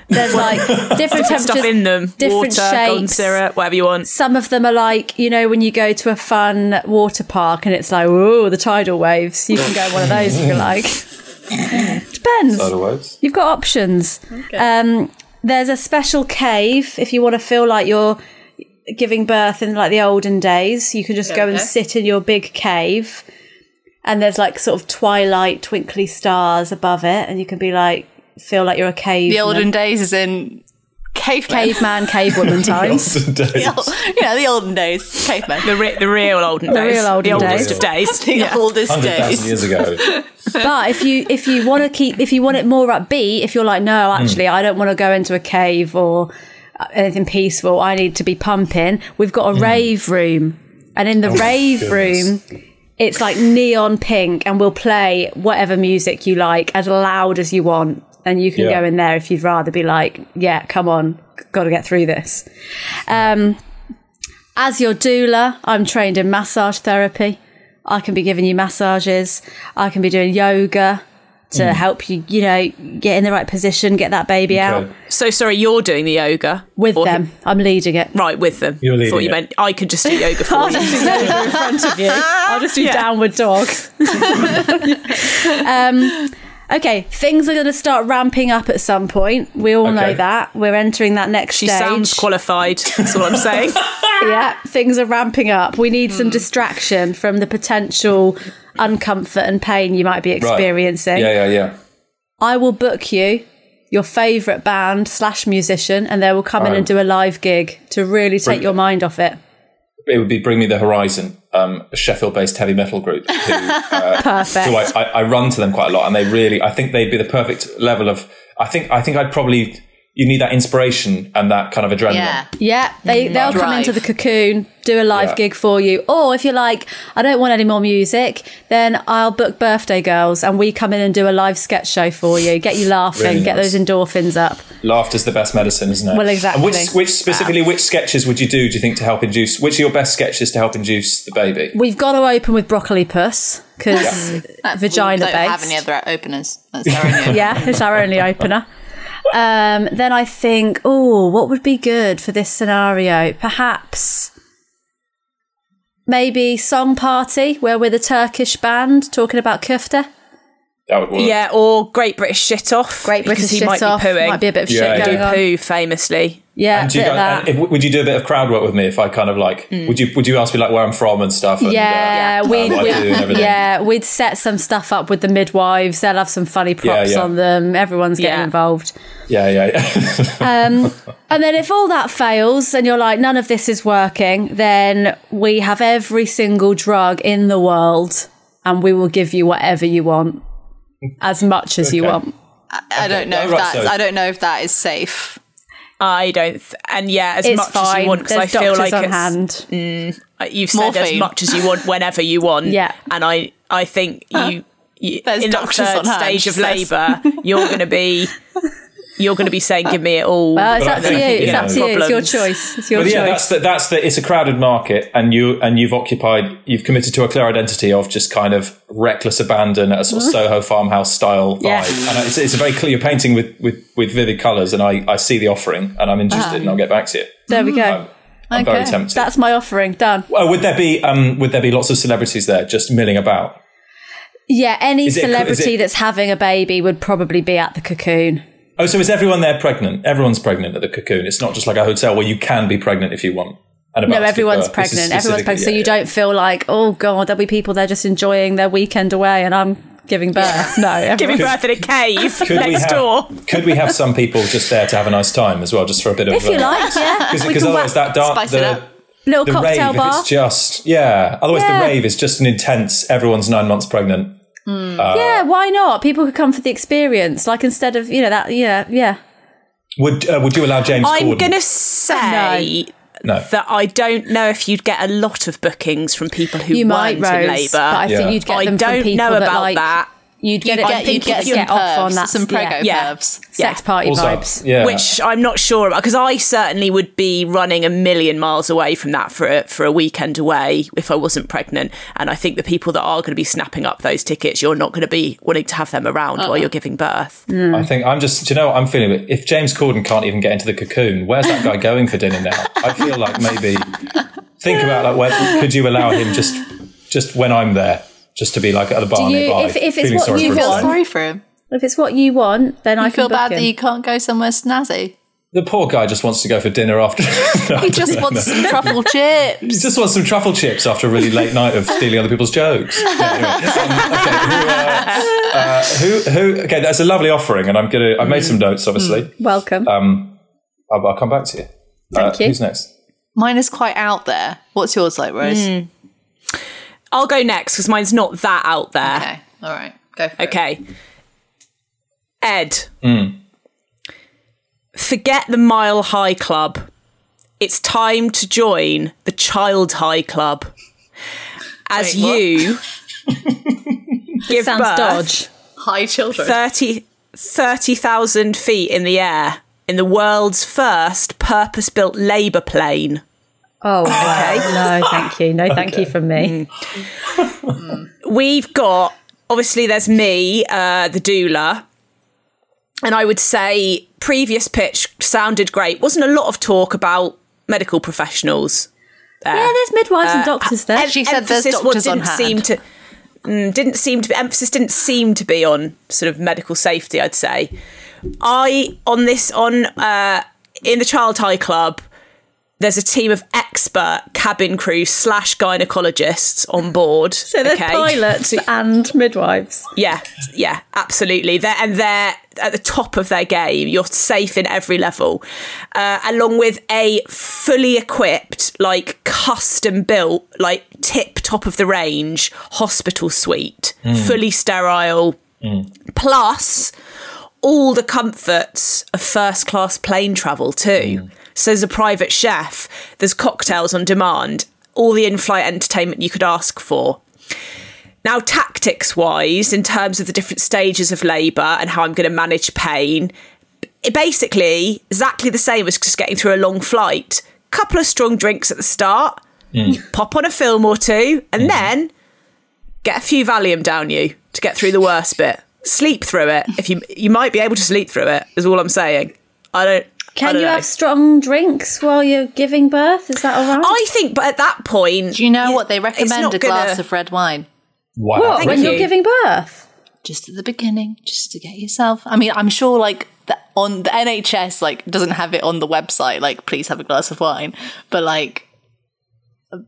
there's like [LAUGHS] different temperatures. stuff in them, water, different golden shapes. syrup, whatever you want. Some of them are like you know when you go to a fun water park and it's like oh the tidal waves. You can go in one of those if [LAUGHS] you like. Depends. Otherwise, [LAUGHS] You've got options. Um, there's a special cave if you want to feel like you're giving birth in like the olden days. You can just go and Okay. sit in your big cave, and there's like sort of twilight, twinkly stars above it, and you can be like feel like you're a cave. the olden days is in cavemen caveman, cave woman times. [LAUGHS] Days. [LAUGHS] you know the olden days cavemen The, re- the real olden [LAUGHS] days, real olden the days. oldest of [LAUGHS] days. the oldest Hundred thousand days years ago. but if you if you want to keep if you want it more upbeat, if you're like, no, Hmm. actually, I don't want to go into a cave or uh, anything peaceful. I need to be pumping. We've got a rave room, and in the Hmm. Oh my [LAUGHS] rave room, goodness. it's like neon pink, and we'll play whatever music you like as loud as you want. And you can Yeah. go in there if you'd rather be like, yeah, come on, got to get through this. Um, as your doula, I'm trained in massage therapy. I can be giving you massages. I can be doing yoga to help you, you know, get in the right position, get that baby out Mm. Okay. So sorry, you're doing the yoga with Or- them. I'm leading it. right? With them. You're leading Thought you it. meant I could just do yoga [LAUGHS] for I'll you. just do yoga in front of you. I'll just do downward dog. [LAUGHS] um, okay, things are going to start ramping up at some point. We all know Okay. that. We're entering that next She stage. sounds qualified. That's all [LAUGHS] I'm saying. yeah, things are ramping up. We need some distraction from the potential uncomfort and pain you might be Right. experiencing. Yeah, yeah, yeah. I will book you your favorite band slash musician, and they will come in Oh. and do a live gig to really take your mind off it. It would be Bring Me the Horizon, um, a Sheffield-based heavy metal group. Who, uh, Perfect. who I, I, I run to them quite a lot, and they really, I think they'd be the perfect level of. I think I think I'd probably you need that inspiration and that kind of adrenaline. yeah Yeah, they they'll come Drive. into the cocoon, do a live Mm. Yeah. gig for you, or if you're like, I don't want any more music, then I'll book Birthday Girls, and we come in and do a live sketch show for you, get you laughing, Really get nice. those endorphins up. Laughter's the best medicine, isn't it? Well, exactly. And which, which specifically, which sketches would you do? Do you think to help induce? Which are your best sketches to help induce the baby? We've got to open with Broccoli Puss because [LAUGHS] vagina we Mm. don't have based. any other openers that's [LAUGHS] our only yeah, [LAUGHS] it's our only opener. Um, then I think, oh, what would be good for this scenario? Perhaps maybe song party where we're the Turkish band talking about köfte. That would work. Yeah, or Great British Shit Off. Great British because he shit might off. be pooing. Might be a bit of Yeah, shit yeah. going on. poo famously. Yeah, And do you bit of guys, and that. if, would you do a bit of crowd work with me if I kind of like? Would you would you ask me like where I'm from and stuff? And, uh, yeah, uh, we'd, what I do and we'd everything? yeah we'd set some stuff up with the midwives. They'll have some funny props yeah. on them. Everyone's getting Yeah. involved. yeah, yeah, yeah. And then if all that fails and you're like, none of this is working, then we have every single drug in the world and we will give you whatever you want. As much as you Okay. want. I don't [LAUGHS] know if right, that's. so- I don't know if that is safe. I don't, th- and yeah, as It's much fine. as you want because I There's feel doctors like on it's, Mm. uh, hand. you've said as Morphine. much as you want whenever you want. [LAUGHS] Yeah. and I I think you, you There's in that doctors third on hand, stage of she says. labour, you're going [LAUGHS] to be you're going to be saying, "Give me it all." Uh, it's But I up to you. think, It's you up know- to you. It's your Problems. choice. It's your But yeah, choice. that's the, that's the. It's a crowded market, and you and you've occupied, you've committed to a clear identity of just kind of reckless abandon, a [LAUGHS] sort of Soho farmhouse style vibe. Yeah. And it's, it's a very clear. You're painting with with with vivid colours, and I I see the offering, and I'm interested, and I'll get back to you. there we Mm, go. I'm very tempted. Uh-huh. That's my offering. Done. Oh, would there be um would there be lots of celebrities there just milling about? Yeah, any Is it- is celebrity it- that's having a baby would probably be at the cocoon. Oh, so is everyone there pregnant? Everyone's pregnant at the cocoon. It's not just like a hotel where you can be pregnant if you want. And about No, to give everyone's birth. This is pregnant. Everyone's specifically- pregnant. So yeah, you yeah. don't feel like, oh God, there'll be people there just enjoying their weekend away and I'm giving birth. [LAUGHS] No, giving everyone- birth in a cave Could we, next door. have, could we have some people just there to have a nice time as well, just for a bit of uh, if you like, yeah. We Because can otherwise, whack that dance, spice it the, up. little the rave, cocktail if bar. it's just yeah. Otherwise, Yeah. the rave is just an intense. Everyone's nine months pregnant. yeah, why not? People could come for the experience. Like instead of you know that yeah yeah. Would uh, would you allow James? I'm Corden? going to say no. that I don't know if you'd get a lot of bookings from people who You might weren't Rose, in labour. but I Yeah. think you'd get I them from don't people know that about like that. you'd get You'd it. get, you'd get, some off on pervs, that some yeah, prego yeah. pervs. sex party Also, vibes. yeah. Which I'm not sure about because I certainly would be running a million miles away from that for a, for a weekend away if I wasn't pregnant. And I think the people that are going to be snapping up those tickets, you're not going to be wanting to have them around while you're giving birth. I think I'm just. Do you know what I'm feeling? If James Corden can't even get into the cocoon, where's that [LAUGHS] guy going for dinner now? I feel like maybe think about like where could you allow him just just when I'm there just to be like at a bar Do you- nearby, if- if it's feeling what sorry you for I feel feel himself. sorry for him. If it's what you want, then I I can feel book bad him. that you can't go somewhere snazzy. The poor guy just wants to go for dinner after. [LAUGHS] He just wants some truffle chips. He just wants some truffle chips after a really late night of stealing other people's jokes. No, anyway. Um, okay, who, uh, uh, who, who? Okay, that's a lovely offering, and I'm gonna. I've made some notes. Obviously, Welcome. Um, I'll, I'll come back to you. Uh, Thank you. Who's next? Mine is quite out there. What's yours like, Rose? I'll go next because mine's not that out there. Okay, all right, go for it. Okay. Ed. Forget the Mile High Club. It's time to join the Child High Club. As Wait, what? you give Sounds birth dodge. Hi, children. 30 30,000 feet in the air in the world's first purpose built labour plane. Oh [LAUGHS] okay. Mm, no, thank you. No, thank you from me. we've got obviously there's me, uh, the doula, and I would say previous pitch sounded great. Wasn't a lot of talk about medical professionals. Yeah, there's midwives and doctors there. She said there's Emphasis- what doctors on didn't seem hand. to mm, didn't seem to be emphasis didn't seem to be on sort of medical safety. I'd say I on this on uh, in the Child High Club. There's a team of expert cabin crew slash gynecologists on board. So there's okay? pilots and midwives. Yeah, yeah, absolutely. They're, and they're at the top of their game. You're safe in every level, uh, along with a fully equipped, like custom built, like tip top of the range hospital suite, fully sterile, plus all the comforts of first class plane travel too. So there's a private chef, there's cocktails on demand, all the in flight entertainment you could ask for. Now, tactics wise, in terms of the different stages of labour and how I'm going to manage pain, it basically exactly the same as just getting through a long flight. Couple of strong drinks at the start, Hmm. pop on a film or two, and then get a few Valium down you to get through the worst bit. Sleep through it. If you you might be able to sleep through it, is all I'm saying. I don't. I Can don't you know. have strong drinks while you're giving birth? Is that all right? I think, but at that point, Do you know what they it's recommend? not A glass gonna- of red wine. Wow. what, thank when you. are you. giving birth? just at the beginning, just to get yourself. I mean, I'm sure like the on the NHS like doesn't have it on the website like please have a glass of wine but like a,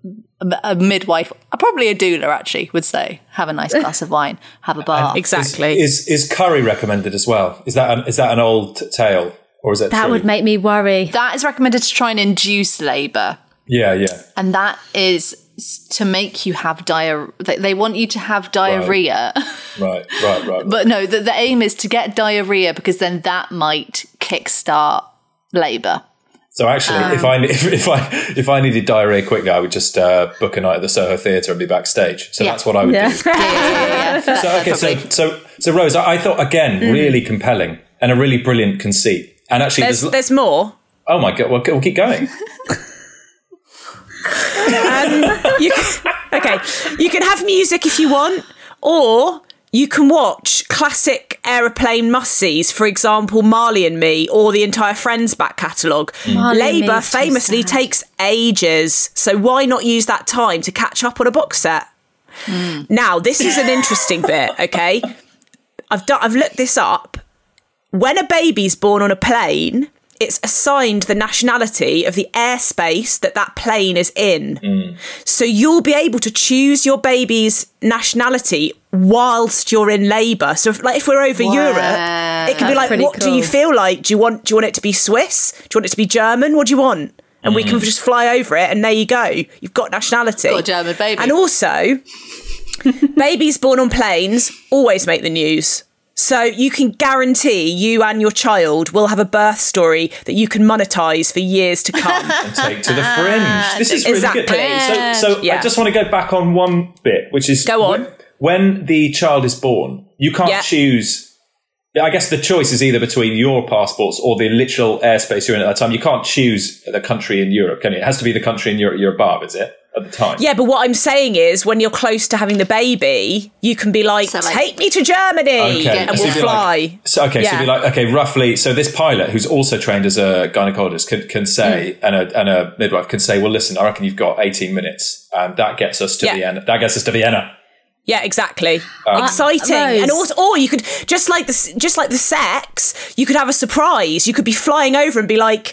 a midwife probably a doula actually would say have a nice glass of wine [LAUGHS] have a bath Exactly. Is is curry recommended as well? Is that an, is that an old t- tale or is that That true? would make me [LAUGHS] worry. that is recommended to try and induce labor yeah yeah and that is s- to make you have diarrhea they, they want you to have diarrhea right right right. but no the, the aim is to get diarrhea because then that might kickstart labor so actually, if I if, if I if I needed diarrhea quickly, I would just uh, book a night at the Soho Theatre and be backstage. So Yeah. that's what I would do. yeah, yeah, [LAUGHS] yeah, yeah. [LAUGHS] That- so, okay, so, so so Rose, I, I thought again Mm. really compelling and a really brilliant conceit. And actually, There's there's, there's more. oh my god, we'll, we'll keep going. Um, You can, okay, you can have music if you want, or you can watch classic aeroplane must-sees, for example, Marley and Me, or the entire Friends back catalogue. Mm. Marley and Me Labour is so famously sad. takes ages, so why not use that time to catch up on a box set? Mm. Now, this is an interesting bit, okay? I've done, I've looked this up. When a baby's born on a plane, it's assigned the nationality of the airspace that that plane is in. So you'll be able to choose your baby's nationality whilst you're in labour. So if, like if we're over Europe, it can be That's like, pretty what do you cool. feel like? Do you want do you want it to be Swiss? Do you want it to be German? What do you want? And we Mm. can just fly over it, and there you go. You've got nationality. Got a German baby. And [LAUGHS] also, babies born on planes always make the news. So you can guarantee you and your child will have a birth story that you can monetize for years to come. [LAUGHS] [LAUGHS] take to the fringe. This is really Ah, Exactly. good. So, so Yeah. I just want to go back on one bit, which is Go on. When, when the child is born, you can't Yeah. choose. I guess the choice is either between your passports or the literal airspace you're in at that time. You can't choose the country in Europe, can you? It has to be the country in Europe you're above, is it? At the time. Yeah, but what I'm saying is, when you're close to having the baby, you can be like, So, like- "Take me to Germany, Okay. and so we'll it'd be fly." Like, so, okay, so Yeah. it'd be like okay, roughly. So this pilot, who's also trained as a gynecologist, can can say Mm. and a and a midwife can say, well, listen, I reckon you've got eighteen minutes, and that gets us to Yeah. Vienna. That gets us to Vienna. yeah, exactly. Uh, Exciting, Rose. and also, or you could just like this, just like the sex, you could have a surprise. You could be flying over and be like.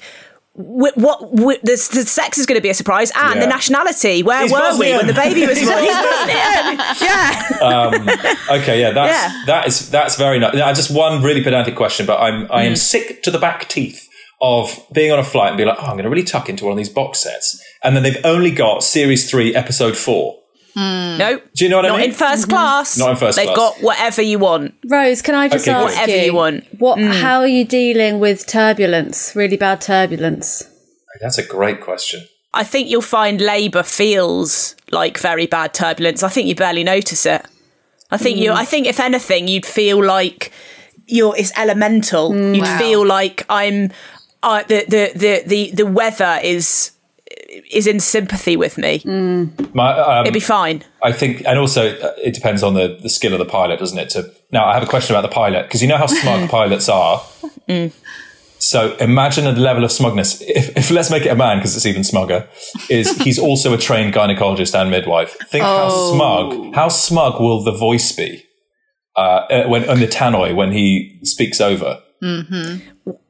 "Wh- What wh- the, the sex is going to be a surprise, and the Yeah. nationality. Where He's were we Bosnian. when the baby was [LAUGHS] He's born? He's Bosnian. [LAUGHS] Yeah, Okay, yeah, that's Yeah. that is that's very nice. Now, just one really pedantic question, but I'm I Mm. am sick to the back teeth of being on a flight and be like, oh, I'm going to really tuck into one of these box sets, and then they've only got series three, episode four. no, Mm. Do you know what not I mean? in 1st class. Not in first They've class. got whatever you want. [LAUGHS] Rose, can I just Okay, go ask on. Whatever you, Mm. you want. what? How are you dealing with turbulence? Really bad turbulence. that's a great question. I think you'll find Labour feels like very bad turbulence. I think you barely notice it. I think you. I think if anything, you'd feel like you're. It's elemental. you'd Wow. feel like I'm. I the, the the the the weather is is in sympathy with me. My, um, It'd be fine. I think, and also uh, it depends on the, the skill of the pilot, doesn't it? To now, I have a question about the pilot because you know how [LAUGHS] smug pilots are. Mm. So imagine a level of smugness. If, if let's make it a man because it's even smugger. [LAUGHS] Is he's also a trained gynecologist and midwife? Think Oh. how smug, how smug will the voice be uh, uh, when on the tannoy when he speaks over?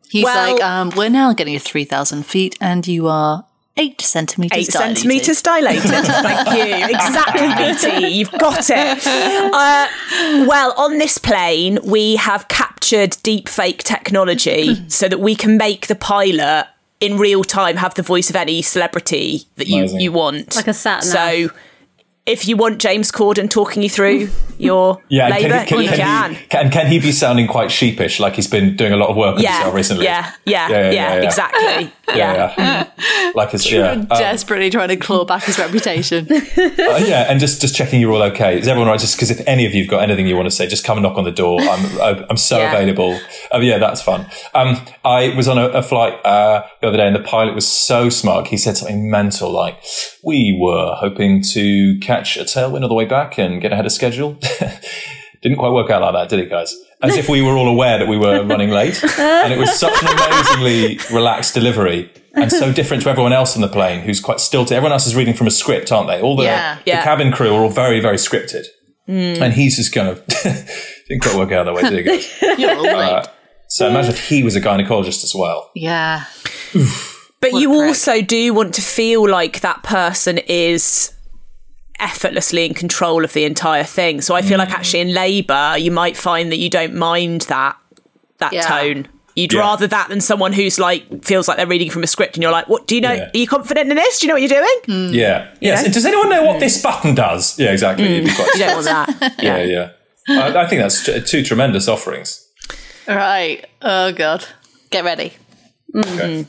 He's Well- like, um, we're now getting you 3,000 feet and you are eight centimeters Eight dilated." centimeters dilated. Thank you. Exactly, BT. You've got it. Uh, well, on this plane, we have captured deep fake [LAUGHS] technology so that we can make the pilot in real time have the voice of any celebrity that you, Amazing. you want. Like a sat nav. So if you want James Corden talking you through your Yeah, and labour, can, he- you can. can, can, he, can can he be sounding quite sheepish, like he's been doing a lot of work on Yeah, himself recently? yeah, yeah, yeah, exactly. Yeah. [LAUGHS] Yeah, yeah. like his yeah. Um, Desperately trying to claw back his reputation. [LAUGHS] Uh, yeah, and just just checking you're all okay. Is everyone right? Just because if any of you've got anything you want to say, just come and knock on the door. I'm [LAUGHS] I'm- I'm so Yeah. available. Oh yeah, that's fun. Um, I was on a, a flight uh, the other day, and the pilot was so smug. He said something mental like, "We were hoping to catch a tailwind all the way back and get ahead of schedule." [LAUGHS] Didn't quite work out like that, did it, guys? As if we were all aware that we were running late, and it was such an amazingly relaxed delivery. And so different to everyone else on the plane, who's quite still to everyone else is reading from a script, aren't they? All the Yeah. the Yeah. cabin crew are all very, very [LAUGHS] scripted. And he's just kind of didn't quite work out that way, did it? guys? [LAUGHS] You're all right. Uh, So imagine if he was a gynecologist as well. Yeah. But you prick. also do want to feel like that person is effortlessly in control of the entire thing. So I feel like actually in labour, you might find that you don't mind that that Yeah. tone. You'd Yeah. rather that than someone who's like feels like they're reading from a script and you're like, what do you know? Yeah. Are you confident in this? Do you know what you're doing? Yeah. Yes. Does anyone know what this button does? Yeah, exactly. You'd be quite- You don't want [LAUGHS] that. yeah, yeah. I, I think that's t- two tremendous offerings. Right. Oh god. Get ready. Okay.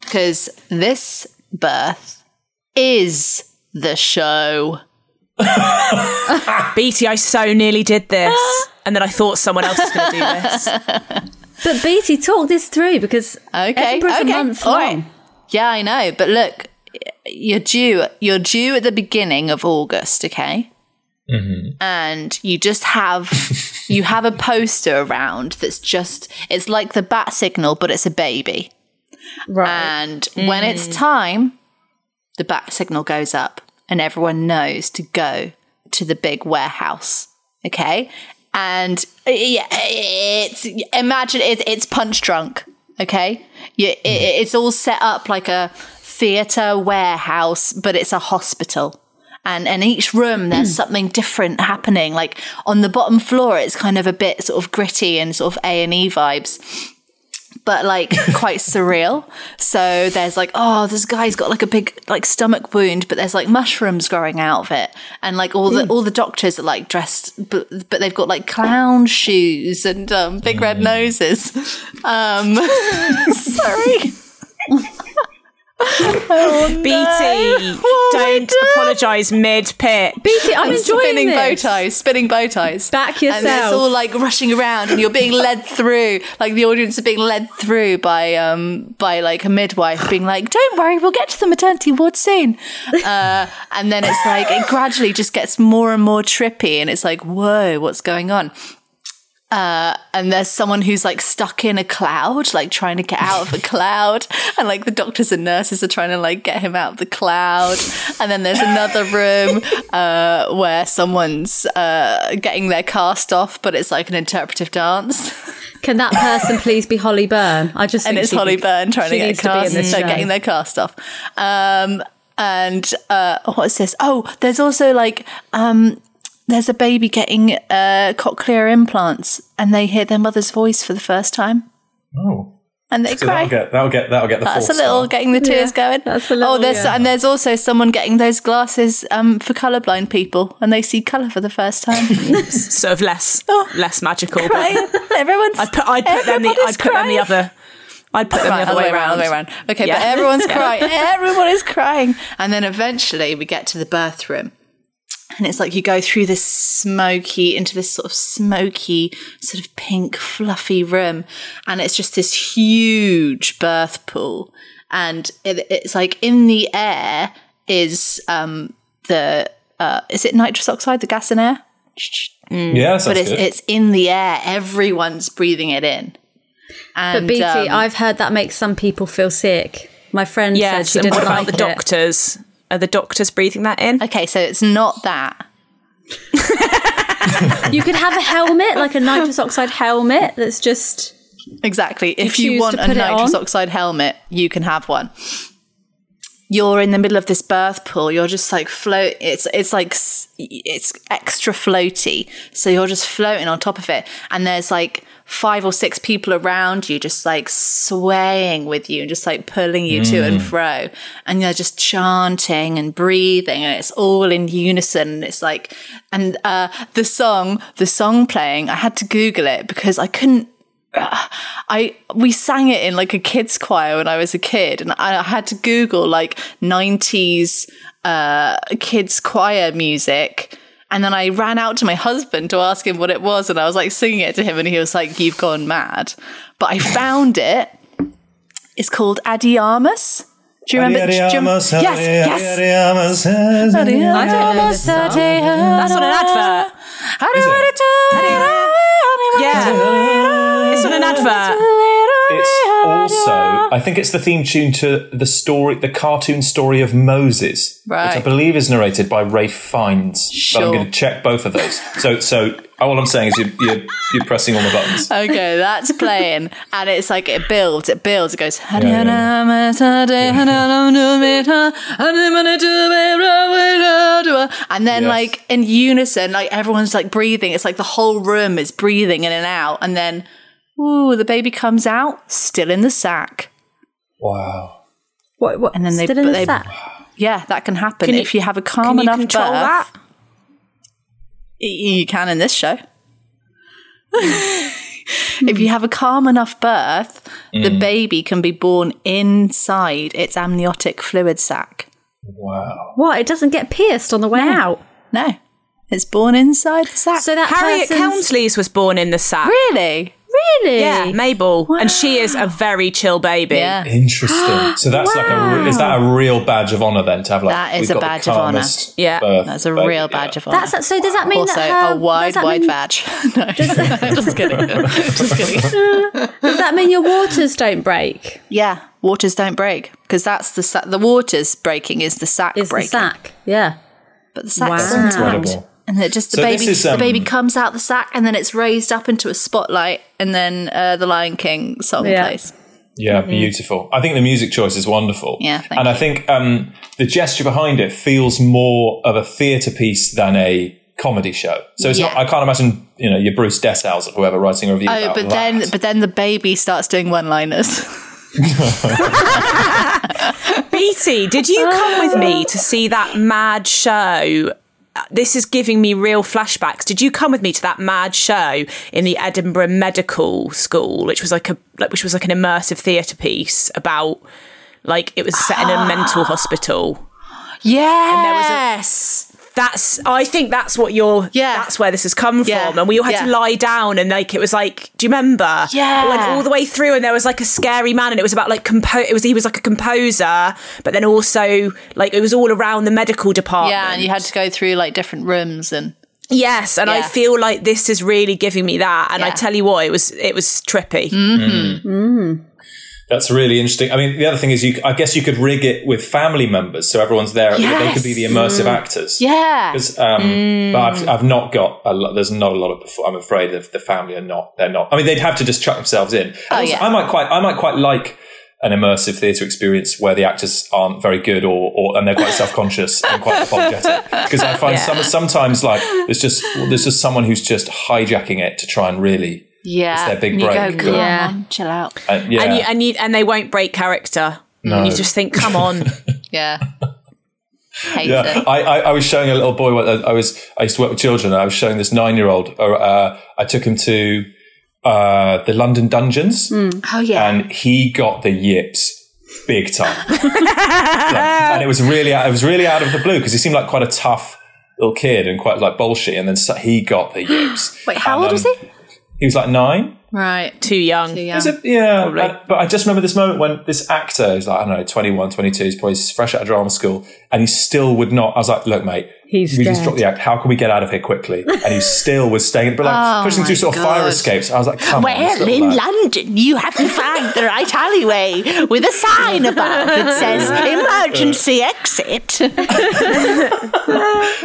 Because this birth is the show. BT, I so nearly did [LAUGHS] this. And then I thought someone else was going to do [LAUGHS] this. But Beatty, talk this through because Okay, Edinburgh's okay, a month all long. right. Yeah, I know. But look, you're due. You're due at the beginning of August, okay? And you just have you have a poster around that's just it's like the bat signal, but it's a baby. Right. And when it's time, the bat signal goes up, and everyone knows to go to the big warehouse, okay? And uh, yeah, eh, it's imagine it's it's punch drunk, okay? Yeah, it, it's all set up like a theater warehouse, but it's a hospital and and each room there's something different happening like on the bottom floor it's kind of a bit sort of gritty and sort of a&e vibes but like [LAUGHS] quite surreal so there's like oh this guy's got like a big like stomach wound but there's like mushrooms growing out of it and like all Hmm. the all the doctors are like dressed but, but they've got like clown shoes and um, big red Hmm. noses um [LAUGHS] sorry BT, don't apologise mid pitch. Beatty, [LAUGHS] I'm, enjoying spinning bow this. ties spinning bow ties Back And it's all yourself. like rushing around, and you're being led through, like the audience are being led through by um by like a midwife being like, "Don't worry, we'll get to the maternity ward soon." Uh, and then it's like it gradually just gets more and more trippy, and it's like, "Whoa, what's going on?" Uh, and there's someone who's like stuck in a cloud, like trying to get out of a cloud, and like the doctors and nurses are trying to like get him out of the cloud. And then there's another room uh, where someone's uh, getting their cast off, but it's like an interpretive dance, Can that person please be Holly Byrne? I just and think it's she- Holly Byrne trying to she get a needs to be in cast, this so show. getting their cast off. Um, and uh, what's this? Oh, there's also like um, there's a baby getting uh, cochlear implants, and they hear their mother's voice for the first time. Oh. And they So cry. that'll get that'll get that'll get the That's a fourth little star. getting the tears going. that's a little, Oh, there's yeah. and there's also someone getting those glasses um, for colourblind people, and they see colour for the first time. [LAUGHS] Sort of less less magical. But right? Everyone's. I'd put I'd put them the I'd everybody's put them the crying. other I'd put them Right, the other way other around. way around. Okay, but Yeah. everyone's [LAUGHS] crying. Everyone is crying. And then eventually we get to the birth room. And it's like you go through this smoky, into this sort of smoky, sort of pink, fluffy room. And it's just this huge birth pool. And it, it's like in the air is um, the, uh, is it nitrous oxide, the gas in air? Yeah, that But sounds it's, good. it's in the air. Everyone's breathing it in. And, But Beatty, um, I've heard that makes some people feel sick. My friend Yes, said she and didn't what like about the it. doctors? Are the doctors breathing that in? okay, so it's not that. You could have a helmet, like a nitrous oxide helmet, that's just Exactly. If choose you want to a put it nitrous on? oxide helmet, you can have one. You're in the middle of this birth pool. You're just like float. It's it's like s- it's extra floaty. So you're just floating on top of it, and there's like five or six people around you, just like swaying with you and just like pulling you to and fro, and they're just chanting and breathing, and it's all in unison. And it's like, and uh, the song, the song playing. I had to Google it because I couldn't I we sang it in like a kids choir when I was a kid, and I had to Google like '90s uh, kids choir music, and then I ran out to my husband to ask him what it was, and I was like singing it to him, and he was like, "You've gone mad," but I found it. It's called Adiamus. Do you remember? do you- Adiamus, yes, yes. adiamus, adiamus. I don't know this song. That's on an advert. Adiamus, Yeah. Adiamus. It's on an advert. it's also I think it's the theme tune to the story, the cartoon story of Moses, which I Right. believe is narrated by Rafe Fiennes. But I'm Sure. going to check both of those. So, so all I'm saying is you're you're, you're pressing all the buttons. Okay, that's playing, and it's like it builds, it builds, it goes. yeah, And then, Yes. like in unison, like everyone's like breathing. It's like the whole room is breathing in and out, and then, ooh, the baby comes out, still in the sack. Wow. What, what, and then they- stood in but the they- sack. Yeah, that can happen Can you- if you have a calm Can you enough control birth. that? y- You can in this show. [LAUGHS] if you have a calm enough birth, the baby can be born inside its amniotic fluid sac. Wow. What? It doesn't get pierced on the way out. No, it's born inside the sac. So that Harriet person's- Counsleys was born in the sack. really, Really? Yeah, Mabel, and she is a very chill baby. yeah, Interesting. So that's like a re- is that a real badge of honor then to have like That is we've a got the badge of honor. calmest Yeah. birth that's a baby, real yeah. badge of honor. That's so. Does that mean also that her, a wide, does that wide [LAUGHS] mean, badge. [LAUGHS] no, just [LAUGHS] kidding. just kidding. Does that mean your waters don't break? Yeah, waters don't break because that's the sa- the waters breaking is the sack Is breaking, the sack? Yeah. but the sack's Wow. intact. Incredible. And it just the So this baby is, the baby um, comes out the sack and then it's raised up into a spotlight and then uh, the Lion King song Yeah. plays. Yeah, beautiful. I think the music choice is wonderful. Mm-hmm. Yeah, thank and I you. think um, the gesture behind it feels more of a theatre piece than a comedy show. So it's not, Yeah. I can't imagine you know your Bruce Dessau's or whoever writing a review. Oh, about but that. then but then the baby starts doing one [LAUGHS] liners. Beatty, did you come with me to see that mad show? This is giving me real flashbacks. Did you come with me to that mad show in the Edinburgh Medical School, which was like a like, which was like an immersive theatre piece about like it was set in a mental hospital. yes. That's I think that's what you're Yeah. that's where this has come Yeah. from. And we all had to Yeah. lie down and like it was like do you remember? Yeah. It went all the way through and there was like a scary man and it was about like compo it was he was like a composer, but then also like it was all around the medical department. yeah, and you had to go through like different rooms and Yes, and I Yeah. feel like this is really giving me that. And I Yeah. Mm-hmm. tell you what, it was it was trippy. That's really interesting. I mean, the other thing is, you I guess you could rig it with family members, so everyone's there. They could be the Yes. immersive actors. yeah. 'Cause, Um, But I've, I've not got a lot. There's not a lot of. Before, I'm afraid of the family are not. They're not. I mean, they'd have to just chuck themselves in. And also, yeah. I might quite. I might quite like an immersive theatre experience where the actors aren't very good or, or and they're quite self conscious and quite apologetic. Because I find some, sometimes like there's just there's just someone who's just hijacking it to try and really. Yeah. their big and you break, go, come yeah. on, chill out. uh, yeah. And you and you and they won't break character. And you just think, come on. [LAUGHS] Yeah. Hate Yeah, it. I, I, I was showing a little boy. uh, I, I was I used to work with children. And I was showing this nine year old. Uh, uh, I took him to uh, the London Dungeons, Oh yeah. and he got the yips [LAUGHS] big time. Like, and it was really out- it was really out of the blue because he seemed like quite a tough little kid and quite like bullshit. And then so, he got the [GASPS] yips. Wait, how And, old was um, he? He was like nine. Right. [LAUGHS] Too young. Yeah. Is it? Yeah. I- but I just remember this moment when this actor is like, I don't know, 21, 22, he's probably fresh out of drama school, and he still would not. I was like, look, mate, He's we just dead. dropped the act. How can we get out of [LAUGHS] here quickly? And he still was staying, but like pushing Oh my through sort of fire God. escapes. I was like, come on. this Well, little in lad. London, you have to find the right alleyway with a sign above that says emergency exit.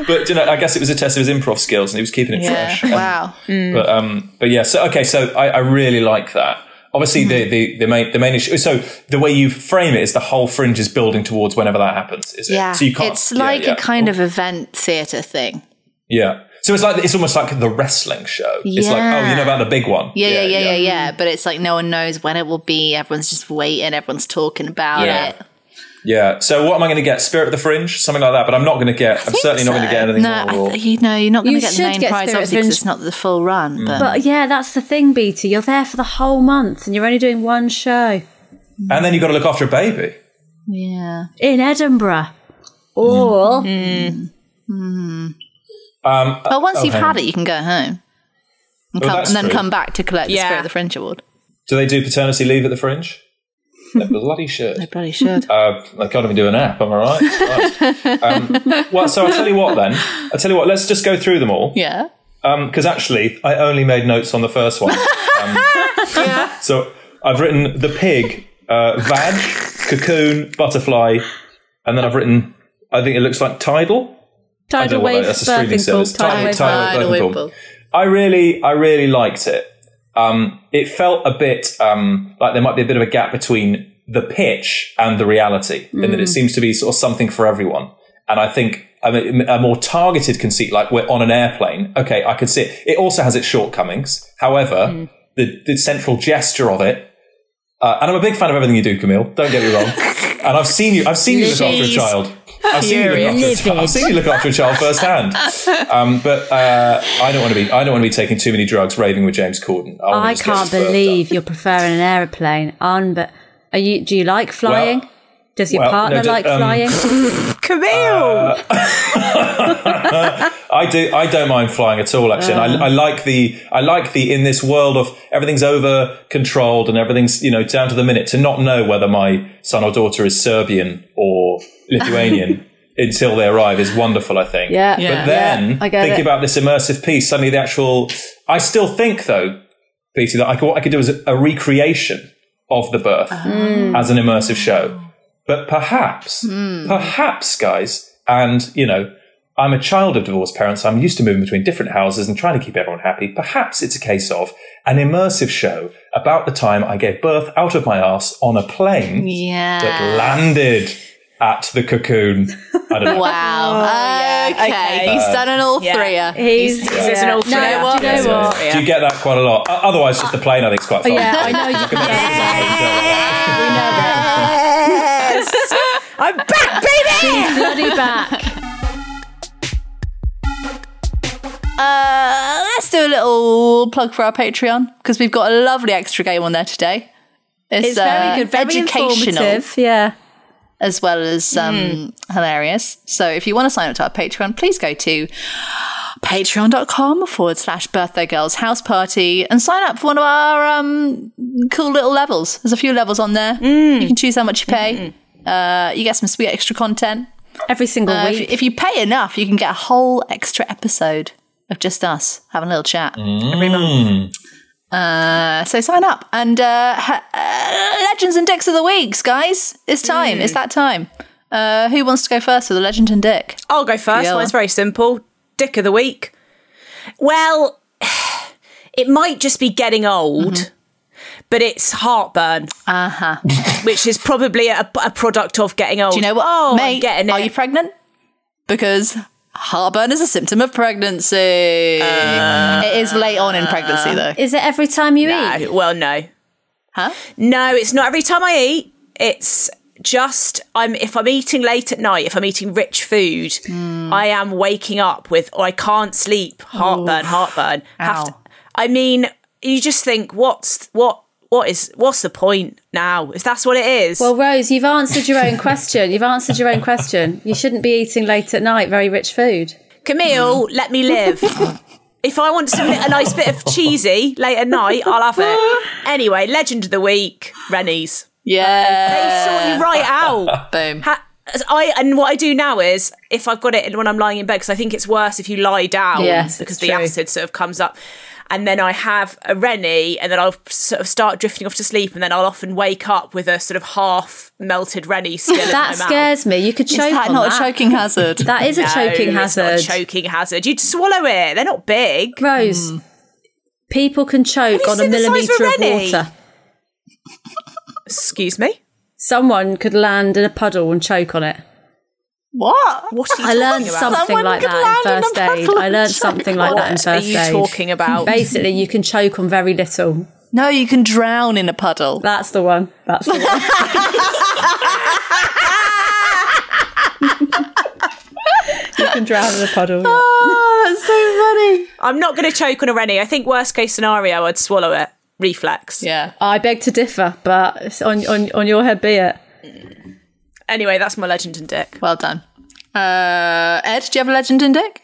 But you know, I guess it was a test of his improv skills, and he was keeping it fresh. And- Wow. But um, but yeah. So okay. So I, I really like that. Obviously, Mm-hmm. the, the, the main the main issue. So the way you frame it is the whole fringe is building towards whenever that happens. Is it? Yeah. So you can't. it's yeah, like yeah. Oh. a kind of event theatre thing. Yeah. So it's like it's almost like the wrestling show. It's like oh, you know about the big one. Yeah, yeah, yeah, yeah, yeah, But it's like no one knows when it will be. Everyone's just waiting. Everyone's talking about Yeah. it. Yeah. So what am I going to get? Spirit of the Fringe, something like that. But I'm not going to get. I'm certainly not going to get anything. No, more raw. I th- you know, you're not going You to get the should main get prize Spirit obviously because Fringe. it's not the full Mm. run. But, But yeah, that's the thing, Beta. You're there for the whole month and you're only doing one show and then you have got to look after a baby. yeah, in Edinburgh. Or Um, but once oh, you've hang had on. it, you can go home and, Well, come, that's and then true. come back to collect the Yeah. Spirit of the French Award. do they do paternity leave at [LAUGHS] the Fringe? They bloody should. I probably should. Uh, I can't even do an app. Am I right? Christ. um, well, so I'll tell you what then. I'll tell you what. Let's just go through them all. [LAUGHS] yeah. Because actually, I only made notes on the first one. Um, So I've written the pig, uh, vag, cocoon, butterfly, and then I've written. I think it looks like tidal. Tidal I don't know what that- wave that's a streaming birthing pool. service. Tidal wave Tidal- birth. Tidal Tidal wave wave pool. pool. I really, I really liked it. Um, it felt a bit um, like there might be a bit of a gap between the pitch and the reality, in that it seems to be sort of something for everyone. And I think I mean, a more targeted conceit, like we're on an airplane. Okay, I can see it. It also has its shortcomings. However, the, the central gesture of it, uh, and I'm a big fan of everything you do, Camille. Don't get me wrong. and I've seen you. I've seen you look after a She's child. I've seen you look after a furious. child. I've seen you look after a child firsthand. Um, but uh, I don't want to be. I don't want to be taking too many drugs, raving with James Corden. wanna I just get can't spurred up. believe you're preferring an aeroplane. On, but are you? Do you like flying? Does your well, no, partner d- like um, [LAUGHS] flying? Camille. I do. I don't mind flying at all. Actually, and I, I like the. I like the in this world of everything's over controlled and everything's you know down to the minute to not know whether my son or daughter is Serbian or [LAUGHS] Lithuanian until they arrive is wonderful. I think. Yeah. But Yeah. then Yeah, I get thinking it. about this immersive piece, suddenly the actual. I still think though, Peter, that I could, what I could do is a, a recreation of the birth Mm. as an immersive show. But perhaps, Hmm. perhaps, guys, and you know, I'm a child of divorced parents. I'm used to moving between different houses and trying to keep everyone happy. Perhaps it's a case of an immersive show about the time I gave birth out of my ass on a plane that Yeah. landed at the cocoon. I don't know. Wow. okay. okay. He's done an all Yeah. threer. He's, He's an alternate. No, what? do you know what? Do you get that quite a lot? O- Otherwise, just the plane, I think, is quite fun. Oh, Yeah, I [LAUGHS] know. You, I'm back, baby. bloody back. Uh, let's do a little plug for our Patreon because we've got a lovely extra game on there today. It's, It's very good, uh, very informative. Hmm. Yeah. as well as um, hilarious. So if you want to sign up to our Patreon, please go to patreon.com forward slash birthday girls house party and sign up for one of our um, cool little levels. There's a few levels on there. Hmm. You can choose how much you pay. Uh, you get some sweet extra content. Every single Uh, if, week. if you pay enough, you can get a whole extra episode of just us having a little chat every month. Mm. Uh, so sign up and uh, ha- uh, legends and dicks of the weeks, guys. It's time. Mm. It's that time. Uh, who wants to go first with a legend and dick? I'll go first. Yeah. Mine's very simple. Dick of the week. Well, [SIGHS] it might just be getting old, but it's heartburn. Uh huh. which is probably a, a product of getting old. Uh-huh. Do you know what, Oh, mate? I'm getting it. Are you pregnant? Because heartburn is a symptom of pregnancy. Uh, it is late on in pregnancy, though. Is it every time you eat? No, well, no. Huh? No, it's not every time I eat. It's just I'm if I'm eating late at night, if I'm eating rich food, I am waking up with or I can't sleep, heartburn, heartburn. Have to- Ow. I mean, you just think what's what what is what's the point now if that's what it is? Well, Rose, you've answered your own question. You've answered your own question. You shouldn't be eating late at night very rich food. Camille, let me live. if I want some, a nice bit of cheesy late at night, I'll have it. Anyway, legend of the week, Rennie's. Uh, They Yeah. sort you right out. Boom. Ha- as I and what I do now is if I've got it when I'm lying in bed because I think it's worse if you lie down Yes, because it's the true. acid sort of comes up. And then I have a rennie, and then I'll sort of start drifting off to sleep, and then I'll often wake up with a sort of half melted rennie still in my [LAUGHS] That mouth. scares me. You could choke Is that on not that. a choking [LAUGHS] hazard? That is a choking No, it's not a hazard. choking hazard. You'd swallow it. They're not big. Rose, people can choke you on a seen the size of a millimetre of rennie? water. Excuse me. Someone could land in a puddle and choke on it. what? What are you I learned talking about? something Someone like could that in land in a first aid. puddle I and learned choke something like on that in it. first What are aid. you [LAUGHS] talking about? Basically, you can choke on very little. No, you can drown in a puddle. That's the one. That's the one. [LAUGHS] you can drown in a puddle. yeah. I'm not going to choke on a rennie. I think worst case scenario, I'd swallow it. Reflex. Yeah. I beg to differ, but it's on, on, on your head be it. Anyway, that's my legend and dick. Well done. Uh, Ed, do you have a legend in Dick?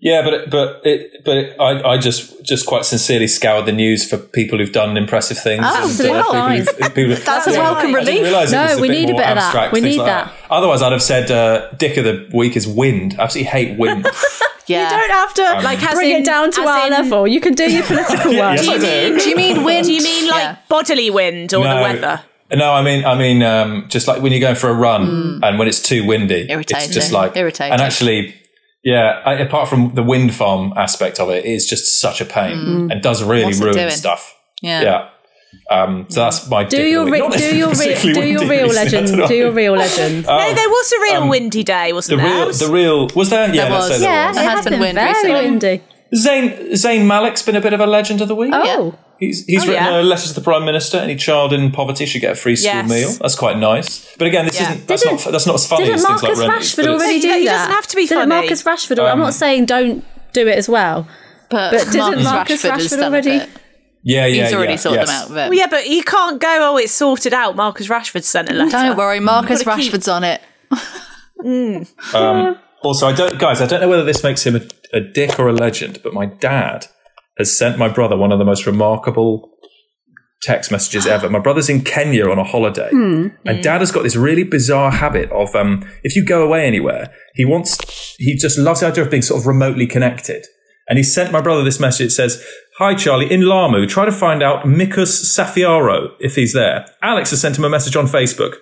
Yeah, but it, but it, but it, I, I just just quite sincerely scoured the news for people who've done impressive things. uh, Absolutely people fine. who've- people who've- That's a yeah, welcome I didn't relief. realise it No, was we bit need a more bit of that. abstract, We things need like that. Otherwise, I'd have said uh, Dick of the week is wind. I absolutely [LAUGHS] hate wind. Yeah. Um, You don't have to like Bring it down to as our in- level. You can do your political work. yes, I do. do you mean wind Do you mean like Yeah. bodily wind or the weather? No, I mean, I mean, um, just like when you're going for a run and when it's too windy, Mm. Irritating. it's just like Irritating. And actually, yeah, I, apart from the wind farm aspect of it, it's just such a pain and does really Mm. What's it ruin doing? stuff. Yeah. Yeah. Um, so that's my Do your, re- do, your re- do your [LAUGHS] real legend. Do your real legend. no, there was a real windy day, Uh, um, the wasn't there? real It was- the real was there? Yeah, There let's was. say there yeah, There it has has been been wind very recently. windy. was. Zayn Zayn Malik's been a bit of a legend of the week. Oh, He's, he's Oh, written yeah. a letter to the prime minister. Any child in poverty should get a free school Yes. meal. That's quite nice. But again, this Yeah. isn't that's Didn't- not that's not as funny didn't as things Marcus like Reynolds. Rashford but it's- already do He that? doesn't have to be didn't funny. Marcus Rashford? I'm not saying don't do it as well. But, But didn't Marcus, Marcus Rashford, has Rashford done already- already? It. Yeah, yeah, He's already yeah, sorted yes. them out. But Well, yeah, but you can't go. Oh, it's sorted out. Marcus Rashford sent a letter. don't worry, Marcus Gotta keep- Rashford's on it. Also, I don't, guys, I don't know whether this makes him a, a dick or a legend, but my dad has sent my brother one of the most remarkable text messages ever. My brother's in Kenya on a holiday, and dad has got this really bizarre habit of um, if you go away anywhere, he wants, he just loves the idea of being sort of remotely connected. And he sent my brother this message. It says, Hi, Charlie, in Lamu, try to find out Mikus Safiaro if he's there. Alex has sent him a message on Facebook.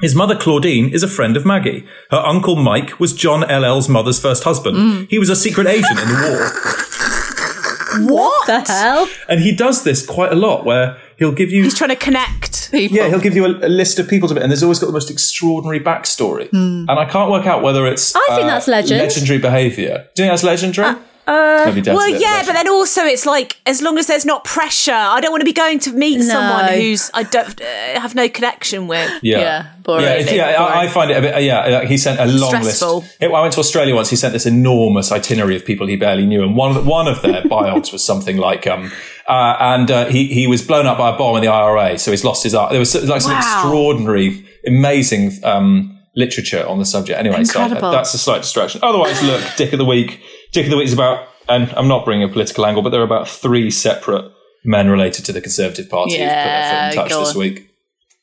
His mother, Claudine, is a friend of Maggie. Her uncle, Mike, was John L.L.'s mother's first husband. He was a secret agent in the What the hell? war. And he does this quite a lot where he'll give you. He's trying to connect. People. yeah, he'll give you a, a list of people to meet, and there's always got the most extraordinary backstory. And I can't work out whether it's. I think uh, that's legend. Legendary behaviour. Do you think that's legendary? Uh, Well, yeah, but then also it's like as long as there's not pressure, I don't want to be going to meet someone No. who's I don't uh, have no connection with. Yeah, Yeah, boring. Yeah, it's- yeah, I, I find it a bit. Yeah, like he sent a long Stressful. list. It- I went to Australia once. He sent this enormous itinerary of people he barely knew, and one of one of [LAUGHS] their biogs was something like, um, uh, and uh, he he was blown up by a bomb in the IRA, so he's lost his eye. There was so- like some Wow. extraordinary, amazing. Um, Literature on the subject. Anyway, so that- Incredible. that's a slight distraction. Otherwise, look, Dick of the Week. Dick of the Week is about, and I'm not bringing a political angle, but there are about three separate men related to the Conservative Party Yeah, who've put their foot in touch go this on. Mm. week.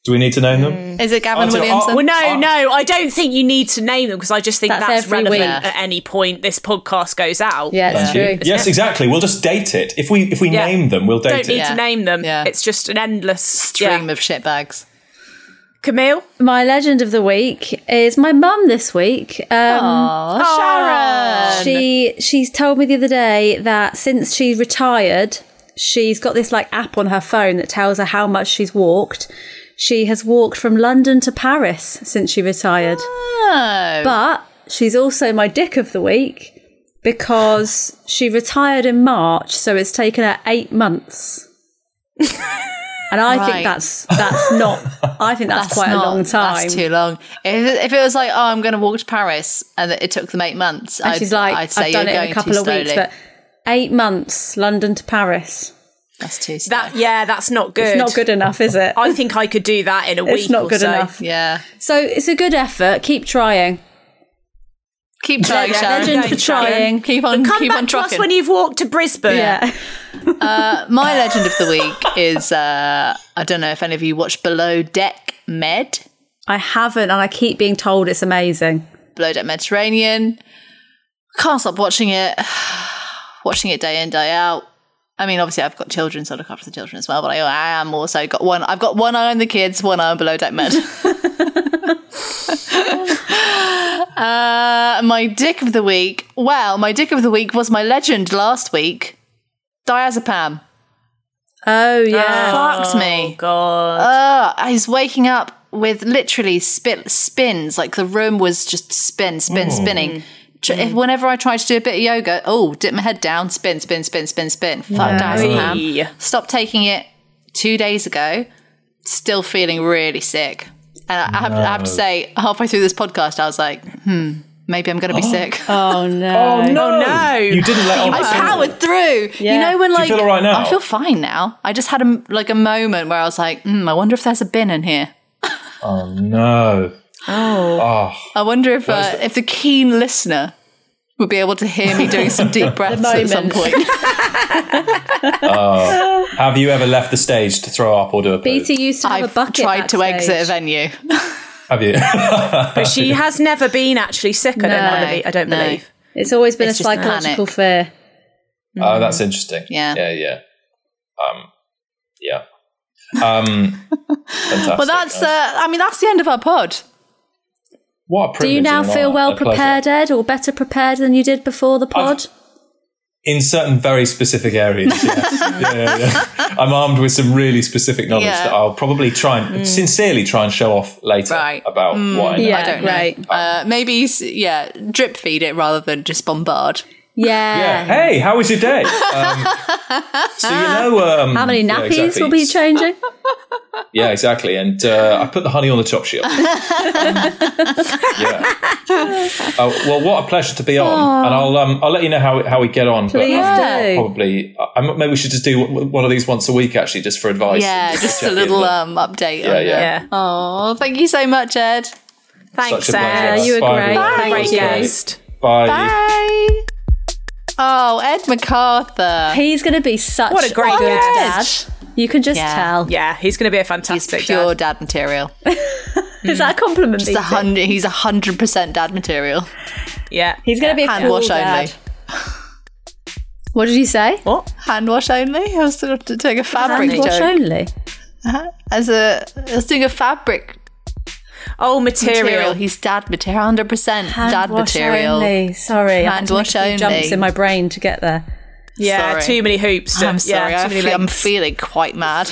Do we need to name them? Is it Gavin I'll tell- Williamson? Oh, I'll- Well, no, Uh, no, I don't think you need to name them because I just think That's that's, every relevant week. at any point this podcast goes out. Yeah, it's Thank you. true. Yes, exactly. We'll just date it. If we if we Yeah. name them, we'll Don't date need it. Yeah. to name them. Yeah. It's just an endless Stream Yeah. of shitbags. Camille, My legend of the week is my mum this week. Um, Sharon. she she's told me the other day that since she retired, she's got this like app on her phone that tells her how much she's walked. She has walked from London to Paris since she retired. No. But she's also my dick of the week because she retired in March, so it's taken her eight months. and I Right. think that's that's not. I think that's, quite not- a long time. That's too long. If, if it was like, oh, I'm going to walk to Paris, and it took them eight months, and I'd, she's like, I'd say I've done you're it in going a couple too of weeks, slowly. but eight months, London to Paris. that's too slow. That yeah, that's not good. It's not good enough, is it? I think I could do that in a week. it's not or good so. enough. yeah, So it's a good effort. Keep trying. keep trying, Yeah, Sharon. legend for trying. Keep on, Come keep back on to us trucking. when you've walked to Brisbane. Yeah. [LAUGHS] Uh, My legend of the week is uh, I don't know if any of you watch Below Deck Med, I haven't, and I keep being told it's amazing. Below Deck Mediterranean. Can't stop watching it, [SIGHS] watching it day in day out. I mean, obviously, I've got children, so I look after the children as well. But I, I am also got one. I've got one eye on the kids, one eye on Below Deck Med. [LAUGHS] uh, my dick of the week. Well, my dick of the week was my legend last week, diazepam. Oh yeah. Fucks me. God. I was waking up with literally spit, spins. Like the room was just spin, spin, spinning. Tr- if- Whenever I tried to do a bit of yoga, oh, dip my head down, spin, spin, spin, spin, spin. Fuck diazepam. Hey. Stopped taking it two days ago. Still feeling really sick. And I, I, have, I have to say, halfway through this podcast, I was like, hmm, maybe I'm going to be sick. [LAUGHS] Oh no. Oh, no. You didn't let Oh, on. I at all. powered through. You know when like feel all right now? I feel fine now. I just had a like a moment where I was like, mm, I wonder if there's a bin in here. Oh no. Oh. I wonder if uh, if the keen listener would be able to hear me doing some [LAUGHS] deep breaths at [LAUGHS] some point. Have you ever left the stage to throw up or do a poo? Beta used to have a I've bucket. tried to exit a backstage. venue. Have you? [LAUGHS] But she has never been actually sick. I don't believe. I don't no. believe. It's always been It's a just psychological panic. fear. oh, that's interesting. Yeah. Yeah. Yeah. Um. Yeah. Um, fantastic. Well, that's. guys. Uh, I mean, that's the end of our pod. what a Do privilege you now and an feel honour, well a pleasure. prepared, Ed, or better prepared than you did before the pod? in certain very specific areas. Yes. yeah, yeah, yeah. I'm armed with some really specific knowledge Yeah. that I'll probably try and sincerely try and show off later Right. about what I know. yeah, I don't great. know. Uh, maybe, s- yeah, drip feed it rather than just bombard. Yeah. Yeah. Hey, how was your day? Um, so you know um, How many yeah, nappies exactly. will be changing? [LAUGHS] Yeah, exactly. And uh, I put the honey on the chop [LAUGHS] shelf. yeah. Oh, well, what a pleasure to be on, and I'll um, I'll let you know how how we get on. Please but, do. Probably, I, I- maybe we should just do one of these once a week, actually, just for advice. [LAUGHS] Yeah, just a check in. little um, update. Yeah, on yeah. Yeah. Oh, thank you so much, Ed. Thanks, Such a pleasure. Uh, Ed. you were Bye, great. everyone. Thank Great you. guest. Bye. Bye. Oh, Ed MacArthur. He's going to be such What a great good guest. dad. You can just Yeah. tell. Yeah, he's going to be a He's fantastic pure dad. dad material. Is that a compliment? He's a Ethan? hundred. He's a hundred percent dad material. Yeah. He's going to be a Hand cool wash dad. only. What did you say? What? Hand wash only. I was sort of doing a fabric Hand wash joke. only. As a, I was doing a fabric Oh, material. material. He's dad material. Hundred percent Hand dad wash material. Only. Sorry, I had Hand to make wash a few Jumps only. in my brain to get there. Yeah, Sorry. too many hoops. I'm yeah, sorry. too I many feel, I'm links. feeling quite mad.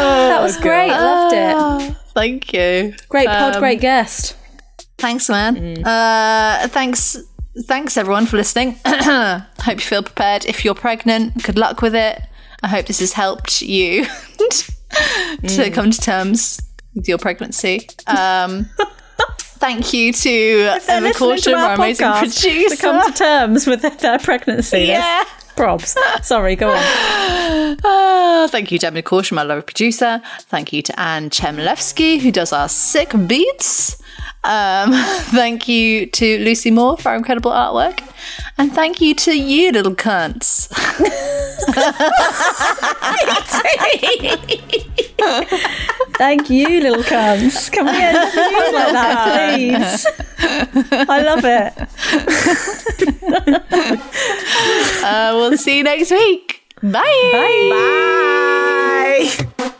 Oh, that was great. Loved it. [LAUGHS] Thank you. Great pod, Um, great guest. Thanks, man. Uh, thanks, thanks everyone for listening. [CLEARS THROAT] hope you feel prepared. If you're pregnant, good luck with it. I hope this has helped you [LAUGHS] to come to terms with your pregnancy. Um, thank you to Emma Caution, our, amazing producer. to [LAUGHS] come to terms with their pregnancy. yeah. Props. Sorry, go on. Ah, thank you to Emma Caution, my lovely producer. Thank you to Anne Chemlevsky, who does our sick beats. Um, [LAUGHS] thank you to Lucy Moore for our incredible artwork. And thank you to you, little cunts. Thank you, little cunts. Can we end the news [LAUGHS] like that, please? I love it. [LAUGHS] Uh, we'll see you next week. Bye. Bye. Bye.